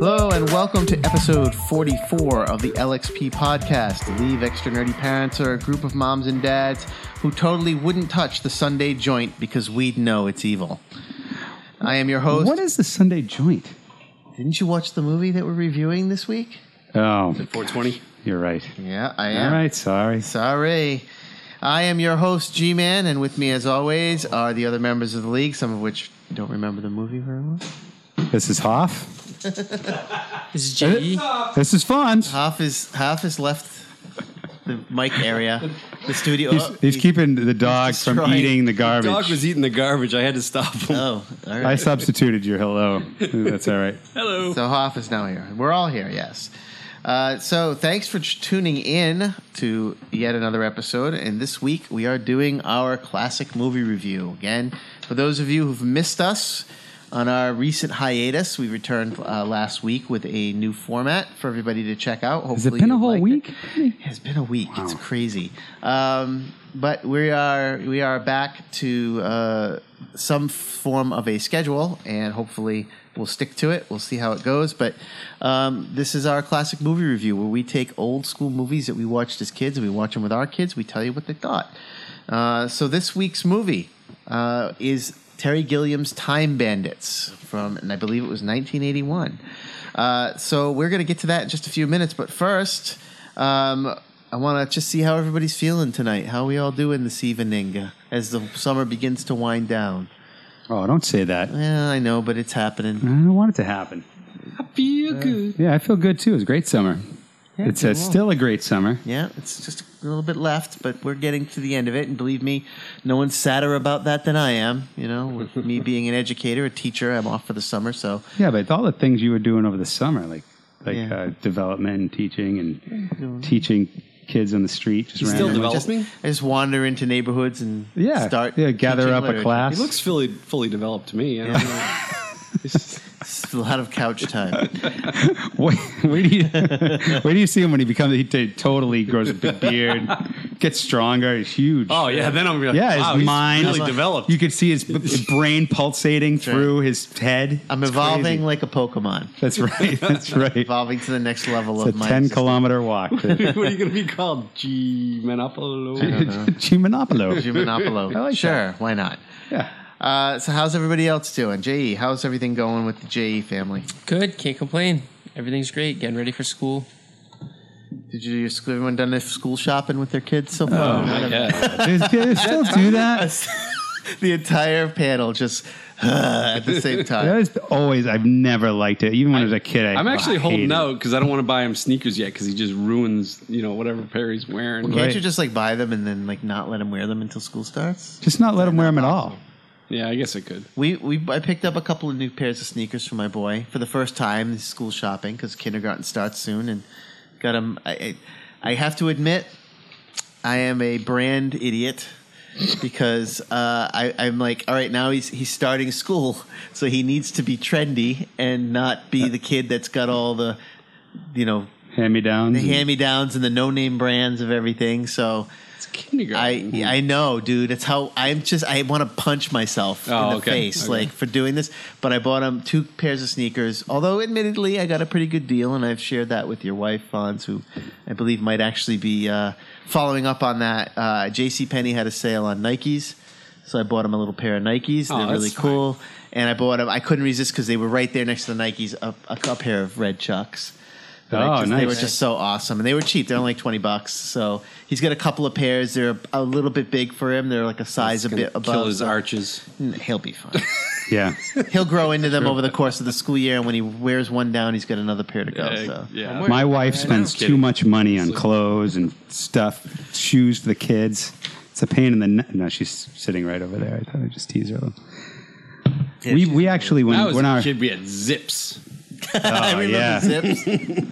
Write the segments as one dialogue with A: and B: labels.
A: Hello and welcome to episode 44 of the LXP podcast. Leave Extra Nerdy Parents are a group of moms and dads who totally wouldn't touch the Sunday joint because we'd know it's evil. I am your host.
B: What is the Sunday joint?
A: Didn't you watch the movie that we're reviewing this week?
B: Oh,
C: 420.
B: you're right.
A: Yeah, I
B: All
A: am.
B: right, sorry.
A: Sorry. I am your host, G Man, and with me, as always, are the other members of the league, some of which don't remember the movie very well.
B: This is Hoff.
C: This is G.
B: This is Fonz.
A: Half is half is left the mic area, the studio.
B: He's,
A: Oh,
B: he's
A: he-
B: keeping the dog from
A: destroying-
B: eating the garbage.
C: Dog was eating the garbage. I had to stop him.
B: Uh,
A: Oh, all
B: I
A: right.
B: substituted your hello. That's all right.
C: Hello.
A: So Hoff is now here. We're all here, yes. Uh, so thanks for ch- tuning in to yet another episode. And this week we are doing our classic movie review. Again, for those of you who've missed us on our recent hiatus, we returned uh, last week with a new format for everybody to check out. Hopefully
B: Has it been a
A: you
B: whole
A: liked it.
B: week?
A: It's been a week. It's crazy. Um, but we are we are back to uh, some form of a schedule, and hopefully we'll stick to it. We'll see how it goes. But um, this is our classic movie review, where we take old school movies that we watched as kids, and we watch them with our kids. We tell you what they thought. Uh, so this week's movie uh, is Terry Gilliam's Time Bandits from, and I believe it was 1981. Uh, so we're going to get to that in just a few minutes. But first, um, I want to just see how everybody's feeling tonight. How we all doing this evening uh, as the summer begins to wind down?
B: Oh, don't say that. I
A: Yeah, I know, but it's happening.
B: don't want it to happen.
C: Feel good.
B: Yeah, I feel good too. It was a great summer. it's
A: it
B: uh,
A: was.
B: still a great summer.
A: Yeah, it's just a little bit left, but we're getting to the end of it. And believe me, no one's sadder about that than I am. You know, with me being an educator, a teacher, I'm off for the summer, so
B: Yeah, but all the things you were doing over the summer, like like
A: Yeah.
B: uh, development and teaching and teaching kids on the street, just
C: He's still
B: randomly.
C: developing.
A: just, I just wander into neighborhoods and
B: Yeah,
A: start
B: yeah, gather
A: teaching
B: up
A: literature.
B: a class.
C: He looks fully fully developed to me. I don't know. It's-
A: It's a lot of couch time.
B: Wait, where do you where do you see him when he becomes? He t- totally grows a big beard, gets stronger. He's huge.
C: oh yeah, then I'm gonna. Be like,
B: yeah,
C: wow,
B: his
C: he's
B: mind
C: really developed.
B: You could see his b- brain pulsating through his head.
A: I'm
B: It's
A: evolving
B: crazy.
A: like a Pokemon,
B: That's right. That's right.
A: evolving to the next level
B: It's a
A: of my
B: ten
A: existence.
B: kilometer walk. to
C: what are you gonna be called? G Manopolo.
B: Chimanopolo.
A: Giannopolo.
B: I like
A: sure, why not?
B: Yeah.
A: Uh, so, how's everybody else doing? JE, how's everything going with the JE family?
D: Good, can't complain. Everything's great. Getting ready for school.
A: Did you has everyone done their school shopping with their kids so far?
B: Oh,
C: Not yet.
B: Does- does it still do that?
A: the entire panel just at the same
B: That
A: time.
B: is always. I've never liked it. Even when I, was a kid, I
C: I'm actually
B: I
C: holding
B: hated it.
C: out because I don't want to buy him sneakers yet because he just ruins you know whatever pair he's wearing.
A: Can't
B: right.
A: you just like buy them and then like not let them wear them until school starts?
B: Just not let him wear them at all.
C: Yeah, I guess I could.
A: We, we I picked up a couple of new pairs of sneakers for my boy for the first time in school shopping because kindergarten starts soon and got him. I, I I have to admit, I am a brand idiot because uh, I, I'm like, all right, now he's he's starting school, so he needs to be trendy and not be the kid that's got all the, you know,
B: Hand me downs.
A: the hand me downs and the no name brands of everything. So
C: It's kindergarten.
A: I I know, dude. It's how I'm just I want to punch myself in
C: Oh,
A: the
C: okay.
A: face
C: Okay.
A: like for doing this. But I bought him two pairs of sneakers. Although, admittedly, I got a pretty good deal, and I've shared that with your wife, Fonz, who I believe might actually be uh, following up on that. Uh, J.C. Penney had a sale on Nikes, so I bought him a little pair of Nikes.
C: Oh,
A: They're
C: that's
A: really
C: fine.
A: cool, and I bought them. I couldn't resist because they were right there next to the Nikes, a, a, a pair of red Chucks. But I
B: Oh,
A: just- They were
B: nice.
A: just so awesome, and they were cheap. They're only like twenty bucks. So he's got a couple of pairs. They're a little bit big for him. They're like a size a
C: Gonna
A: bit above.
C: kill his arches.
A: He'll be fine.
B: Yeah.
A: He'll grow into them over the course of the school year, and when he wears one down, he's got another pair to go.
C: Uh,
A: so
C: yeah.
B: My wife spends
C: Kidding.
B: too much money on clothes and stuff, shoes for the kids. It's a pain in the neck. No, she's sitting right over there. I thought I'd just tease her. a little. we we actually
C: When
B: when
C: I was
B: when our
C: a kid, we had zips.
A: I
B: oh,
A: remember
B: yeah.
A: zips.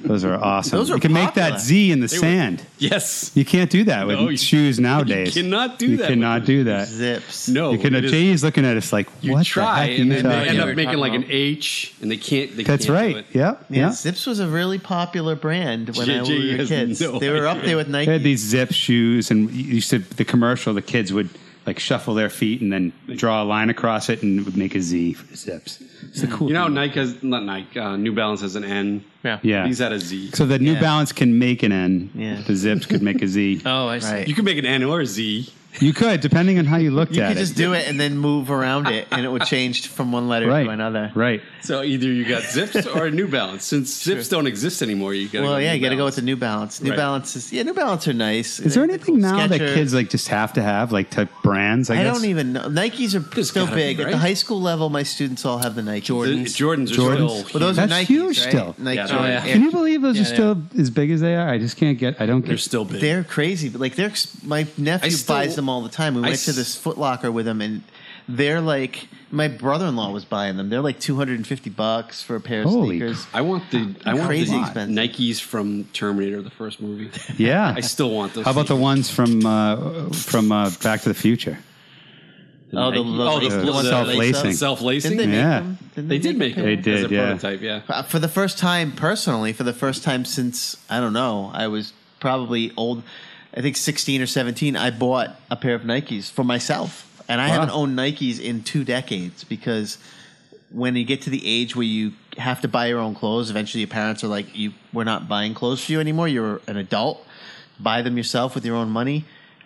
B: those are awesome.
A: Those are
B: you can make
A: popular.
B: that Z in the sand.
C: Yes.
B: you can't do that with
C: No, you-
B: shoes nowadays.
C: cannot do
B: You
C: that
B: cannot
C: with-
B: do that.
A: zips.
C: No.
B: You can.
C: it is-
B: Jay's looking at us like
C: you
B: what
C: try
B: the heck are
C: and
B: you
C: then they
B: talking
C: end
B: about?
C: up making like an H and they can't they
B: That's
C: can't
B: right.
C: do it.
B: Yep.
A: Yeah,
B: Yeah.
A: Zips was a really popular brand when I
C: JJ
A: we were
C: has
A: kids.
C: no
A: they were up there with
B: They had
A: Nike.
B: these zip shoes, and you you said the commercial. The kids would like shuffle their feet and then draw a line across it and it would make a Z for the zips. It's the cool.
E: You know, how Nike has not Nike. Uh, New Balance has an N.
D: Yeah.
B: yeah.
E: These had a Z.
B: So the New
A: Yeah.
B: Balance can make an N.
A: Yeah.
B: The zips could make a Z.
D: Oh, I see.
A: Right.
E: You could make an N or a Z.
B: You could, depending on how you looked
A: You
B: at
A: could
B: it.
A: just do it and then move around it, and it would change from one letter
B: right.
A: to another.
B: Right.
E: So either you got Zips or New Balance. Since Zips don't exist anymore, you gotta.
A: Well,
E: go
A: yeah,
E: New
A: you got to go with
E: Balance.
A: the New Balance. New
E: Right.
A: Balance is yeah, New Balance are nice.
B: Is there anything now that
A: Skechers.
B: kids like just have to have like type brands? I,
A: I
B: guess?
A: don't even know. Nikes are
E: There's
A: still
E: gotta be,
A: big at the
E: right?
A: high school level. My students all have the Nikes.
E: The Jordans
B: Jordans?
E: are still.
A: Well, those
B: That's
A: are Nikes,
B: huge
A: right?
B: still.
A: Nike
E: Yeah,
A: Jordan
D: they're-
A: Air
D: yeah.
B: Can you believe those
D: Yeah,
B: are
D: they
B: still as big as they are? I just can't get. I don't.
E: They're
B: get,
E: still big.
A: They're crazy, but like they're ex- my nephew
E: still-
A: buys them all the time. We
E: I
A: went to
E: s-
A: this Foot Locker with him, and they're like my brother-in-law was buying them. They're like two hundred and fifty bucks for a pair of
B: Holy
A: sneakers.
E: I want the I want
A: Crazy
E: the
A: expensive.
E: Nikes from Terminator, the first movie.
B: Yeah.
E: I still want those.
B: How about the
E: things.
B: ones from uh, from uh, Back to the Future?
A: Oh, the,
E: Nike-
A: the,
E: oh,
A: lace-
E: the
A: ones that
B: self-lacing.
A: lace up.
E: self-lacing?
A: Didn't they
E: They,
A: make
B: Yeah.
A: them? Didn't
E: did make
A: them?
E: them.
B: They
E: as
B: did,
E: a
B: yeah.
E: prototype. Yeah.
A: Uh, for the first time personally for the first time since i don't know i was probably old i think 16 or 17 i bought a pair of nikes for myself and i haven't owned nikes in two decades because when you get to the age where you have to buy your own clothes eventually your parents are like you we're not buying clothes for you anymore you're an adult buy them yourself with your own money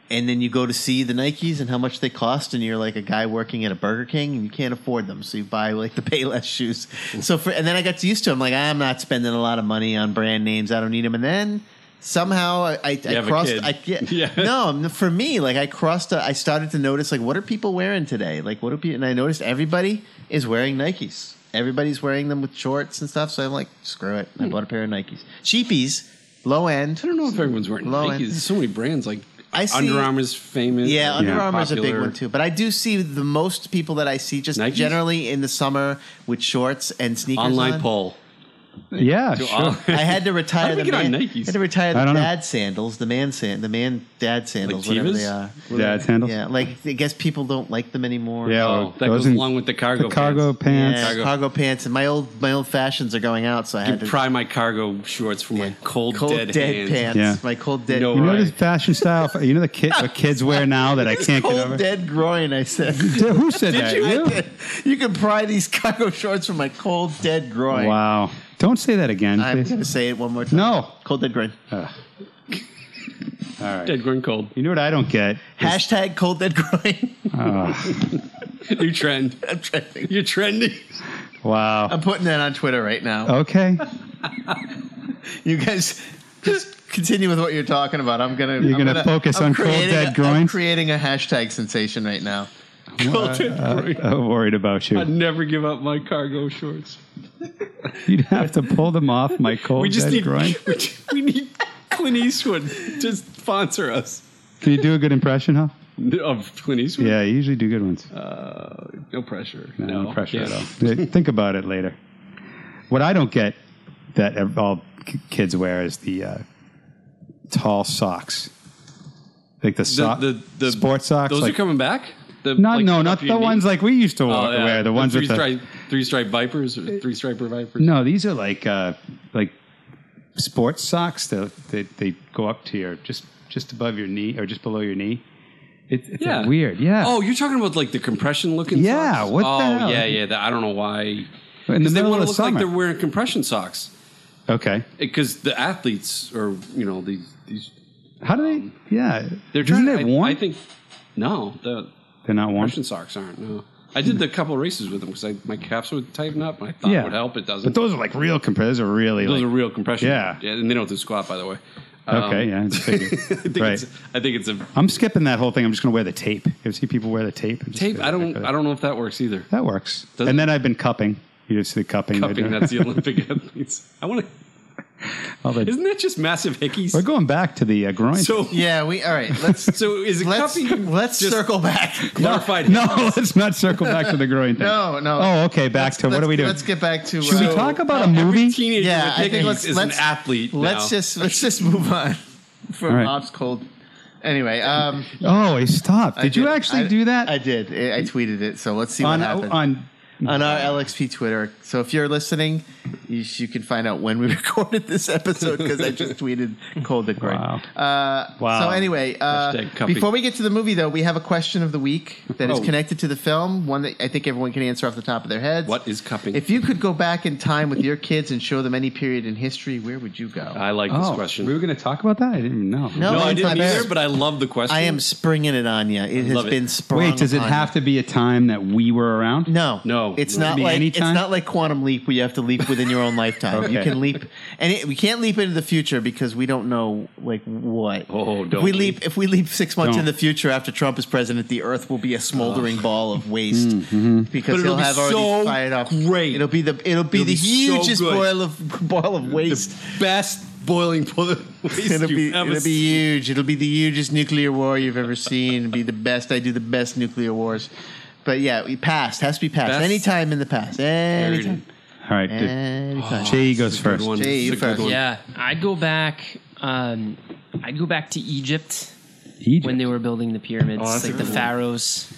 A: and then you go to see the Nikes and how much they cost, and you're like a guy working at a Burger King, and you can't afford them, so you buy like the Payless shoes. So for and then I got used to them. Like I'm not spending a lot of money on brand names. I don't need them. And then somehow I, I, I
E: have a
A: crossed.
E: kid.
A: I, yeah,
E: Yeah.
A: No, for me, like I crossed. A, I started to notice like what are people wearing today? Like what are people? And I noticed everybody is wearing Nikes. Everybody's wearing them with shorts and stuff. So I'm like, screw it.
E: Hmm.
A: I bought a pair of Nikes, cheapies, low end.
E: I don't know if everyone's wearing
A: Low
E: Nikes.
A: end.
E: There's so many brands like
A: I see-
E: Under Armour's famous.
A: Yeah, Under
B: Yeah.
A: Armour's a big
E: popular.
A: one too. But I do see the most people that I see just
E: Nikes?
A: generally in the summer with shorts and sneakers.
E: Online
A: on.
E: poll.
B: Yeah,
E: Do
B: sure.
E: all-
A: I had to retire
E: How do
A: the
E: we get
A: man,
E: on
A: I
E: Nikes?
A: had to retire
B: I
A: the
B: don't know.
A: dad sandals, the man sand, the man dad sandals,
E: Like
A: whatever
E: Chivas?
A: they are.
B: Dad's handle.
A: Yeah, like I guess people don't like them anymore.
B: Yeah,
E: Oh,
B: or
E: that
B: those
E: goes
B: in-
E: along with the cargo.
B: the cargo
E: pants.
B: pants.
A: Yeah, cargo.
E: Cargo-
A: pants and my old my old fashions are going out, so I had
E: I
A: to
E: pry my cargo shorts from my cold,
A: cold
E: dead,
A: dead,
E: hands.
A: pants,
B: Yeah.
A: my cold dead,
E: No
B: You know
E: Right.
B: this fashion style? You know the kid what kids wear now that I can't get over.
A: cold dead groin. I said,
B: Dude, Who said that? You?
A: I- you can pry these cargo shorts from my cold dead groin.
B: Wow! Don't say that again,
A: I'm
B: please.
A: going to say it one more time.
B: No.
A: Cold Dead Groin.
B: All right.
E: Dead grown cold.
B: You know what I don't get? Oh,
A: Hashtag Cold Dead Groin.
E: New trend.
A: I'm, trending.
E: You're trendy.
B: Wow.
A: I'm putting that on Twitter right now.
B: Okay.
A: You guys just continue with what you're talking about. I'm going to.
B: You're gonna focus on Cold Dead Groin?
A: I'm creating a hashtag sensation right now.
E: Cold dead groin.
B: I'm Uh, worried about
E: I'd
B: you.
E: never give up my cargo shorts.
B: You'd have to pull them off my cold
E: We just
B: dead
E: need
B: groin.
E: we, ju- we need Clint Eastwood to sponsor us
B: Can you do a good impression, huh?
E: of Clint Eastwood.
B: Yeah, you usually do good ones.
E: Uh, no pressure.
B: No, pressure
E: can't.
B: at all. Th- Think about it later. What I don't get that ev- all k- kids wear is the uh, tall socks, like the, so-
E: The, the, the
B: sports socks.
E: Those
B: like,
E: are coming back. The,
B: Not
E: like,
B: no,
E: up
B: not
E: your
B: the
E: knee?
B: ones like we used to wa-
E: Oh, yeah.
B: wear. The ones
E: three
B: with the
E: stripe, three stripe vipers or three striper vipers.
B: no. These are like uh, like sports socks. They, they they go up to your just just above your knee or just below your knee. It, it's
E: Yeah.
B: weird. Yeah.
E: Oh, you're talking about like the compression looking.
B: Yeah,
E: Socks?
B: what the
E: oh,
B: hell?
E: yeah, yeah. that- I don't know why.
B: in the
E: Because they
B: middle
E: want
B: of
E: to
B: the
E: look
B: summer.
E: like they're wearing compression socks.
B: okay.
E: Because the athletes are, you know, these these.
B: How do they? Yeah.
E: Um, They're
B: Isn't
E: trying.
B: it
E: I,
B: warm?
E: I think no, the
B: they're not warm.
E: compression socks aren't. No, I did the couple races with them because my calves would tighten up. And I thought it would help. It doesn't.
B: But those are like real compressors. Are really
E: Those
B: like,
E: are real compression.
B: Yeah.
E: and they don't do squat by the way. Um,
B: Okay, yeah, it's figured.
E: I think
B: Right.
E: it's. I think it's a
B: I'm skipping that whole thing. I'm just going to wear the tape. You ever see people wear the tape? I'm just
E: tape.
B: gonna-
E: I don't. I don't know if that works either.
B: That works.
E: Doesn't-
B: and then I've been cupping. You just see the cupping. they're
E: Cupping.
B: doing.
E: That's the Olympic athletes. I want to.
B: All the-
E: Isn't that just massive hickeys?
B: we're going back to the uh, groin.
E: So
A: Yeah, we. All right. Let's.
E: so is it
A: Let's
E: cupping?
A: let's
E: just
A: circle back.
E: glorified.
B: no, let's not circle back to the groin thing.
A: No, no.
B: Oh, okay. Back to what
A: Let's-
B: are we doing?
A: Let's get back to. uh,
B: Should we talk about a movie?
E: Every teenager
A: Yeah,
E: with
A: I think
E: hickeys
A: let's-
E: is
A: let's-
E: an athlete.
A: Let's
E: now.
A: just let's just move on from
B: All right.
A: Bob's cold. Anyway, um,
B: oh, I stopped. Did,
A: I
B: you actually
A: I-
B: do that
A: I did. I I tweeted it. So let's see what
B: on
A: happened.
B: on
A: on our LXP Twitter. So if you're listening, you, sh- you can find out when we recorded this episode because I just tweeted Cold Dick Roy.
B: Wow.
A: Uh,
B: Wow.
A: So anyway, uh,
E: Hashtag cuppy.
A: before we get to the movie though, we have a question of the week that is
E: Oh.
A: connected to the film. One that I think everyone can answer off the top of their heads.
E: What is cupping?
A: If you could go back in time with your kids and show them any period in history, where would you go?
E: I like this question.
B: Oh, we were going to talk about that. I didn't even know.
A: No,
E: no, I
A: it's
E: didn't
A: not
E: either,
A: bad.
E: but I love the question.
A: I am springing it on you. It has
E: love it.
A: been sprung.
B: Wait, does it
A: upon
B: have to be a time that we were around?
A: you. No,
E: No.
A: It's
E: It
A: not
B: can be
A: like
B: any
A: it's
B: time?
A: not like quantum leap where you have to leap within your own lifetime. You
B: Okay.
A: can leap, and it, we can't leap into the future because we don't know like what.
E: Oh,
A: if
E: don't
A: we
E: leap.
A: leap if we leap six months in
B: Don't.
A: the future after Trump is president, the Earth will be a smoldering ball of waste because
E: Mm-hmm. But
A: he'll
E: it'll be
A: have already
E: so
A: fired off.
E: great.
A: It'll be the it'll be the
E: It'll be so
A: hugest
E: good.
A: boil of ball of waste.
E: best boiling waste
A: It'll
E: you've
A: be,
E: ever
A: it'll be
E: seen.
A: huge. It'll be the hugest nuclear war you've ever seen. It'll be the best. I do the best nuclear wars. But yeah, we passed. Has to be passed.
E: Best-
A: Anytime in the past. Anytime.
B: All right.
A: Eh,
B: dude.
A: Anytime.
D: Oh.
B: Jay goes first.
E: Good one.
A: Jay, you
E: This is a good
A: first.
E: one.
D: Yeah, I'd go back. Um, I'd go back to Egypt
B: Egypt.
D: when they were building the pyramids,
E: Oh, that's a
D: like the
E: good one.
D: pharaohs.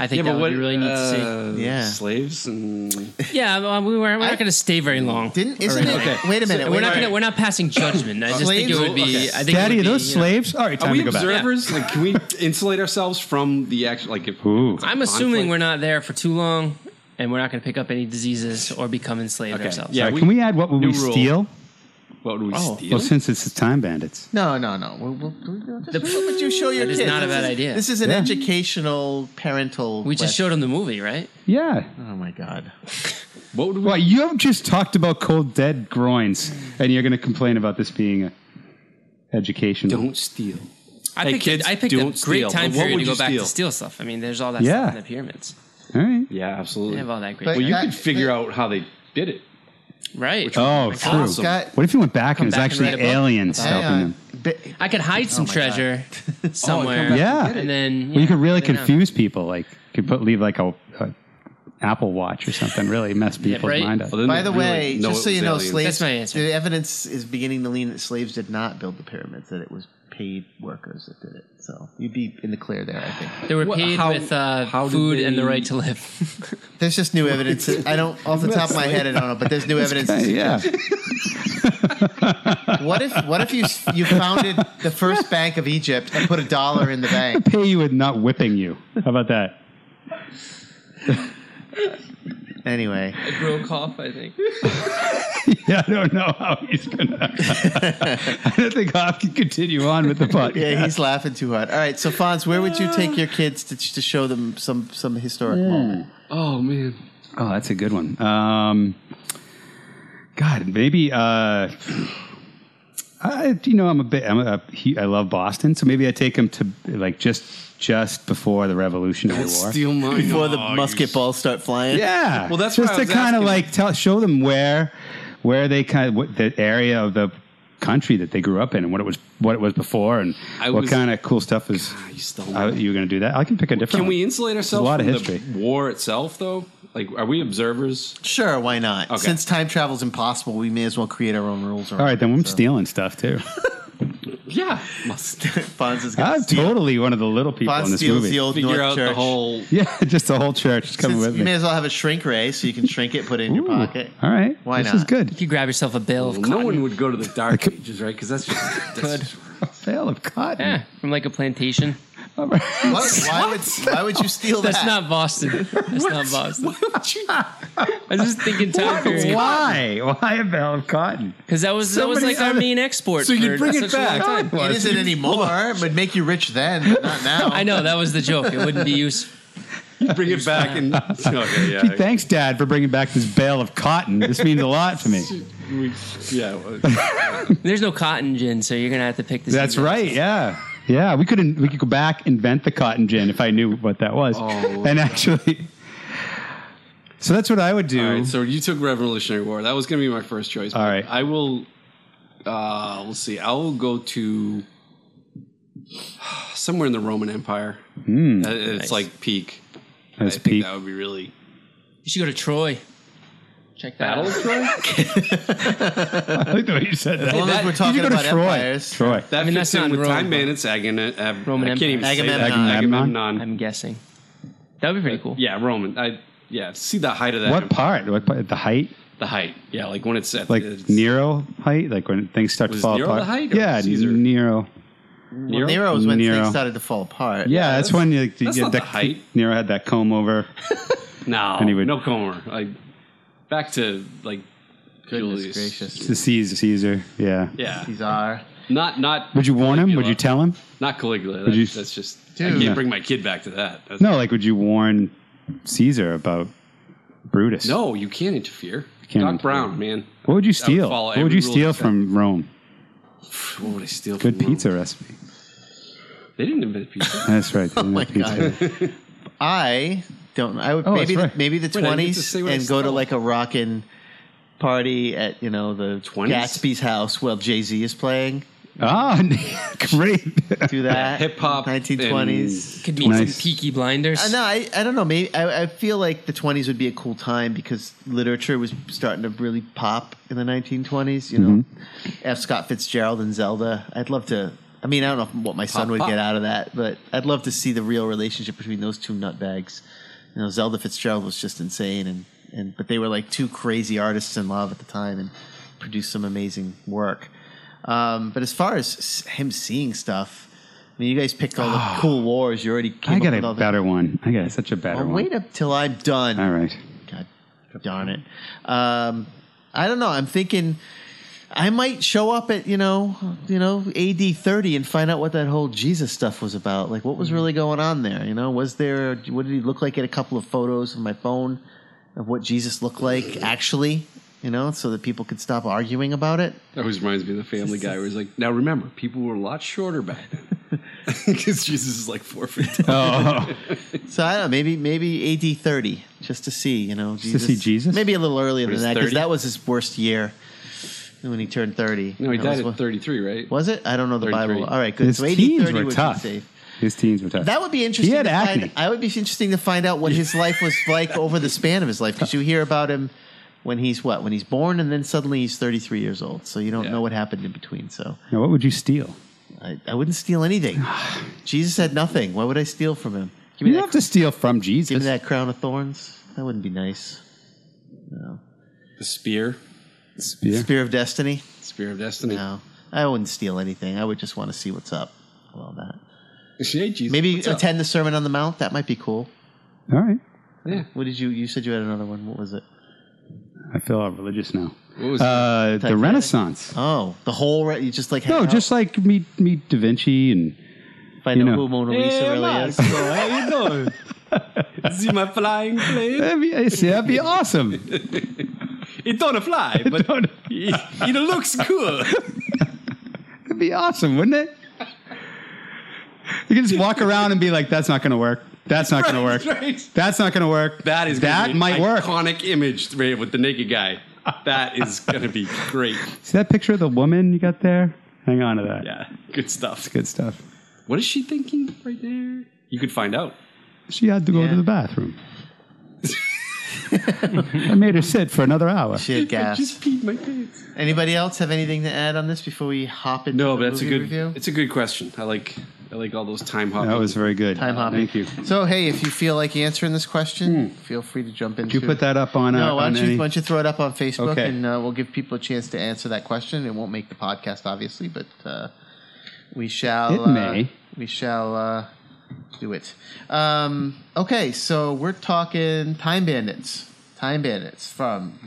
D: I think
E: Yeah,
D: that
E: but
D: would
E: what
D: be really neat to
E: uh,
A: Yeah.
E: slaves and
D: see. Yeah, well, we were, we're
A: I-
D: not going to stay very long.
A: Didn't isn't
D: Or
A: it?
D: anything.
A: Wait a minute.
D: And
A: wait a
D: We're not gonna,
A: minute.
D: we're not passing judgment. I just think it
A: Slaves?
D: would be.
A: Okay.
D: I think it
B: Daddy,
D: would
B: are
D: be,
B: those
D: you know-
B: slaves? All right,
E: Are
B: time
E: we
B: to go back.
E: observers? Like, can we insulate ourselves from the actual? Like, if
B: Ooh.
E: it's a
D: I'm assuming
E: conflict?
D: we're not there for too long, and we're not going to pick up any diseases or become enslaved
E: Okay,
D: ourselves.
E: yeah.
B: All right, can we add what would
E: New
B: we
E: rule.
B: steal?
E: What do we
A: Oh.
E: steal?
B: Well, since it's the time bandits.
A: No, no, no. We'll, we'll, we'll just, what would you show your
D: That is
A: kids?
D: not a
A: This
D: bad idea.
A: This is an educational parental.
D: We just showed them the movie, right?
B: Yeah.
A: Oh my god.
E: what would we?
B: Well, you just talked about cold dead groins, and you're going to complain about this being a educational.
E: Don't steal.
D: I
E: Hey,
D: picked,
E: kids,
D: I picked a
E: don't
D: great
E: steal.
D: time
E: But what
D: period to
E: would
D: go
E: you
D: back
E: steal?
D: to steal stuff. I mean, there's all that
B: Yeah.
D: stuff in the pyramids.
B: All right.
E: Yeah, absolutely.
D: They have all that great
A: But-
E: well,
D: stuff.
E: you
A: That-
E: could figure out how they did it.
D: Right.
B: Oh, true.
E: awesome.
A: Scott,
B: What if you went back and it was
D: back and
B: actually
D: write a book?
B: aliens
A: hang
B: helping
A: on.
B: them?
A: Ba-
D: I could hide some
A: my
D: treasure somewhere.
E: back
B: Yeah.
D: And then
B: Well, you could really
D: they know.
B: confuse people. Like, you could put leave like a, a Apple Watch or something. Really mess people's
D: right.
B: mind up.
E: Well, then
A: By
E: they
A: the
E: really
A: way,
E: know
A: just
E: it
A: so you
E: was
A: know,
E: aliens.
A: slaves.
D: That's my answer.
A: The evidence is beginning to lean that slaves did not build the pyramids; that it was paid workers that did it. So you'd be in the clear there, I think.
D: They were
E: What-
D: paid
E: how-
D: with uh,
E: how did
D: food and the
E: they-
D: right to live.
A: There's just new evidence. that- I don't off the top of my head, I don't know, but there's new evidence. that
B: Yeah.
A: suggests- What if what if you s- you founded the first bank of Egypt and put a dollar in the bank?
B: Pay you with not whipping you. How about that?
A: Anyway,
D: Brokoff, I think.
B: Yeah, I don't know how he's gonna. I don't think Hoff can continue on with the podcast.
A: yeah, he's laughing too hard. All right, so Fonz, where would you take your kids to, to show them some some historic moment?
E: Oh man,
B: Oh, that's a good one. Um, God, maybe uh, I, you know I'm a bit I'm a, he, I love Boston, so maybe I take him to like just just before the Revolutionary War.
E: steal mine
A: Before the
E: Oh, you
A: musket balls start flying.
B: yeah,
E: Well, that's
B: just
E: what I
B: to
E: was
B: kind of
E: asking.
B: like tell show them where where they kind of what the area of the country that they grew up in and what it was what it was before and
E: I
B: what
E: was-
B: kind of cool stuff is.
E: Ah, you stole
B: Uh,
E: mine.
B: you were going to do that? I can pick a different.
E: Can we
B: one.
E: insulate ourselves
B: lot of
E: from
B: history.
E: the war itself, though? Like, are we observers?
A: Sure, why not?
E: Okay.
A: Since time travel's impossible, we may as well create our own rules.
B: All right, then I'm stealing stuff too.
E: Yeah,
A: Fonz is going
B: I'm
A: to steal.
B: totally one of the little people
A: Fonz
B: in Ah, this
A: steals
B: movie.
A: the old
E: figure
A: North
E: out
A: Church.
E: the whole.
B: Yeah, just the whole church is coming
A: Since
B: with
A: you may
B: me.
A: as well have a shrink ray so you can shrink it, put it in your
B: Ooh,
A: pocket.
B: All right.
A: Why
B: this
A: not?
B: is good.
D: You could grab yourself a bale of
E: no
D: cotton.
E: one would go to the dark ages, right? Because that's just
D: Could.
E: that's
B: A bale of cotton.
D: Yeah, from like a plantation.
B: All right.
A: What? Why would why would you steal
D: That's
A: that?
D: not Boston. That's not Boston. I was just thinking time period.
B: Why? Why a bale of cotton?
D: Because that was that was
B: many
D: like our
B: other-
D: main export.
E: So you
D: for
E: bring it
D: such a long
E: back.
D: time.
A: it isn't anymore. It would make you rich then, but not now.
D: I know that was the joke. It wouldn't be used.
E: Bring it back and okay, yeah.
B: Gee, thanks, Dad, for bringing back this bale of cotton. This means a lot to me.
E: We- yeah, well,
D: There's no cotton gin, so you're gonna have to pick this.
B: That's right. Yeah. Yeah. We could we could go back invent the cotton gin if I knew what that was.
E: Oh.
B: And actually. So that's what I would do.
E: All right, so you took Revolutionary War. That was going to be my first choice. but
B: Mm-hmm. All right.
E: I will. Uh, we'll see. I will go to somewhere in the Roman Empire. Uh, it's
D: Nice.
E: like peak.
B: That's
E: I think
B: Hmm, peak.
E: that would be really
D: You should go to Troy. Check that
E: battle.
D: out.
B: I like the way you said that.
A: As long as
E: that-
A: we're
E: did
A: talking
B: you go to
A: about
B: Troy?
A: empires.
B: Troy.
E: That
D: I mean,
E: fits
D: that's not
E: in with
D: Rome,
E: time
D: but-
E: bandits. Agana, Ab-
D: Roman
E: uh, I can't even
A: Empire.
E: say that.
A: Agamemnon.
E: Agamemnon.
D: I'm guessing. That would be pretty cool.
E: Yeah, Roman. I Yeah, see the height of that.
B: What part? What part? The height?
E: The height. Yeah, like when it's at
B: Like
E: it's-
B: Nero height? Like when things start to
E: Was
B: fall
E: Nero the
B: apart?
E: height or
B: yeah,
E: Caesar?
B: Nero.
A: Well, Nero was when
B: Nero.
A: things started to fall apart.
B: Yeah, that's, when you, you
E: that's
B: get
E: not
B: that
E: the height.
B: Nero had that comb over.
E: No,
B: he would-
E: no Comer. Like back to like
A: Goodness
E: Julius.
A: gracious.
B: to Caesar. Caesar. Yeah.
E: Yeah,
A: These are.
E: not not.
B: Would you warn him? Would
E: Caligula.
B: you tell him?
E: Not Caligula.
B: you-
E: That- that's just. I
A: Dude.
E: can't bring my kid back to that. That's-
B: No, like would you warn Caesar about Brutus?
E: no, you can't interfere.
B: can't
E: Doc
B: interfere.
E: Brown, man.
B: What would you steal?
E: follow
B: what
E: every
B: would you
E: rule
B: steal
E: except-
B: from Rome?
E: What would I steal?
B: Good
E: from Rome?
B: pizza recipe.
E: They didn't invent pizza.
B: That's right. Oh
A: my I don't. I would
B: Oh,
A: maybe
B: that's
A: the,
B: right.
A: maybe the
E: Wait, I get to
A: twenties
E: say what I
A: and go to
E: stole.
A: like a rockin' party at you know the
E: 20s?
A: Gatsby's house while Jay Z is playing.
B: Ah, great.
A: Do that
E: Hip hop
A: nineteen twenties.
D: Could be
B: Nice.
D: some Peaky Blinders.
A: I know. Uh, I, I don't know. Maybe I, I feel like the twenties would be a cool time because literature was starting to really pop in the nineteen twenties. You know,
E: Mm-hmm.
A: F. Scott Fitzgerald and Zelda. I'd love to. I mean, I don't know what my son
E: Pop,
A: would
E: pop.
A: get out of that, but I'd love to see the real relationship between those two nutbags. You know, Zelda Fitzgerald was just insane, and and but they were like two crazy artists in love at the time and produced some amazing work. Um, but as far as s- him seeing stuff, I mean, you guys picked all the cool wars. You already came
B: I got
A: up with all
B: a
A: the
B: better one. I got such a better
A: Oh,
B: one.
A: wait up till I'm done.
B: All right.
A: God darn it. Um, I don't know. I'm thinking I might show up at you know you know AD 30 and find out what that whole Jesus stuff was about. Like what
B: Mm-hmm.
A: was really going on there? You know, was there? What did he look like? At a couple of photos on my phone of what Jesus looked like actually. You know, so that people could stop arguing about it.
E: That always reminds me of the Family Guy, where he's like, "Now remember, people were a lot shorter back then, because Jesus is like four feet tall."
B: Oh,
A: So I don't know, maybe maybe AD 30, just to see, you know,
B: to see Jesus?
A: Maybe a little earlier than
E: he's
A: that because
E: 30?
A: that was his worst year when he turned 30.
E: No, he
A: That
E: died
A: was
E: at
A: what-
E: 33, right?
A: Was it? I don't know the
E: 33.
A: Bible. All right, good.
B: his
A: so AD
B: teens
A: 30
B: were
A: would
B: tough.
A: be safe.
B: His teens were tough.
A: That would be interesting.
B: He had
A: to find-
B: acne.
A: I would be interesting to find out what his life was like over the span of his life because you hear about him when he's what? When he's born and then suddenly he's 33 years old. So you don't
E: Yeah.
A: know what happened in between. So
B: Now, what would you steal?
A: I, I wouldn't steal anything. Jesus had nothing. Why would I steal from him? Give me,
B: You don't
A: that,
B: have to steal from Jesus.
A: give me that crown of thorns. That wouldn't be nice. No.
E: The spear,
B: Spear.
A: Spear of Destiny?
E: spear of destiny.
A: No. I wouldn't steal anything. I would just want to see what's up with all that.
E: Hey, Jesus,
A: Maybe
E: what's up?
A: attend the Sermon on the Mount. That might be cool.
B: All right.
E: Yeah.
A: What did you? You said you had another one. What was it?
B: I feel all religious now.
E: What was
B: Uh, the
A: Titanic?
B: Renaissance.
A: Oh, the whole re- you just like hang
B: No,
A: out,
B: just like meet meet Da Vinci and
A: find
B: you
A: out
B: know.
A: who Mona Lisa really is.
E: how you doing? See my flying plane?
B: that'd be, that'd be awesome.
E: It don't fly, but it, it looks cool.
B: That'd be awesome, wouldn't it? You can just walk around and be like, "That's not going to work. That's not going to work.
E: Right.
B: That's not going to work.
E: That is gonna
B: that
E: be an
B: might work."
E: Iconic image right, with the naked guy. That is gonna be great.
B: See that picture of the woman you got there? Hang on to that.
E: Yeah, good stuff.
B: Good stuff.
E: What is she thinking right there? You could find out.
B: She had to go
A: Yeah.
B: to the bathroom. I made her sit for another hour.
A: Shit, gas.
E: Just peed my pants.
A: Anybody else have anything to add on this before we hop into
E: No,
A: the
E: but that's a
A: movie
E: good.
A: review?
E: It's a good question. I like. I like all those time hopping.
B: That was very good.
A: Time hopping.
B: Thank you.
A: So hey, if you feel like answering this question, feel free to jump into.
B: You put that up on. Uh,
A: No, why
B: on
A: don't, you,
B: any-
A: why don't you throw it up on Facebook
B: Okay.
A: and uh, we'll give people a chance to answer that question. It won't make the podcast, obviously, but uh, we shall.
B: It may.
A: Uh, we shall uh, do it. Um, okay, so we're talking Time Bandits. Time Bandits from.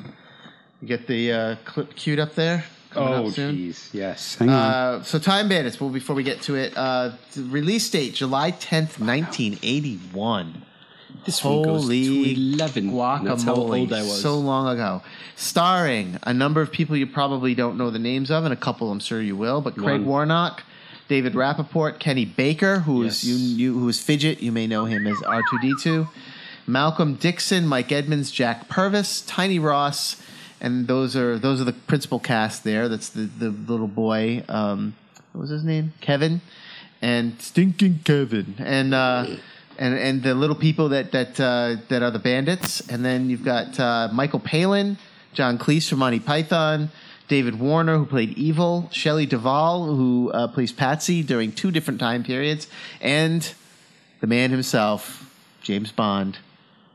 A: You get the uh, clip queued up there? Coming
B: Oh,
A: up soon?
B: jeez. Yes. Hang on.
A: Uh, so Time Bandits. Well, before we get to it, uh, the release date July tenth, nineteen eighty one. This
E: one goes to
A: Holy
E: 11.
A: guacamole!
E: That's how old I was.
A: So long ago. Starring a number of people you probably don't know the names of, and a couple I'm sure you will. But Craig
E: One.
A: Warnock, David Rappaport, Kenny Baker, who is
E: Yes.
A: you, you who is Fidget. You may know him as R two D two. Malcolm Dixon, Mike Edmonds, Jack Purvis, Tiny Ross, and those are those are the principal cast there. That's the the little boy. Um, what was his name? Kevin, and stinking Kevin, and uh, and and the little people that that uh, that are the bandits. And then you've got uh, Michael Palin, John Cleese from Monty Python. David Warner, who played Evil, Shelley Duvall, who uh, plays Patsy during two different time periods, and the man himself, James Bond,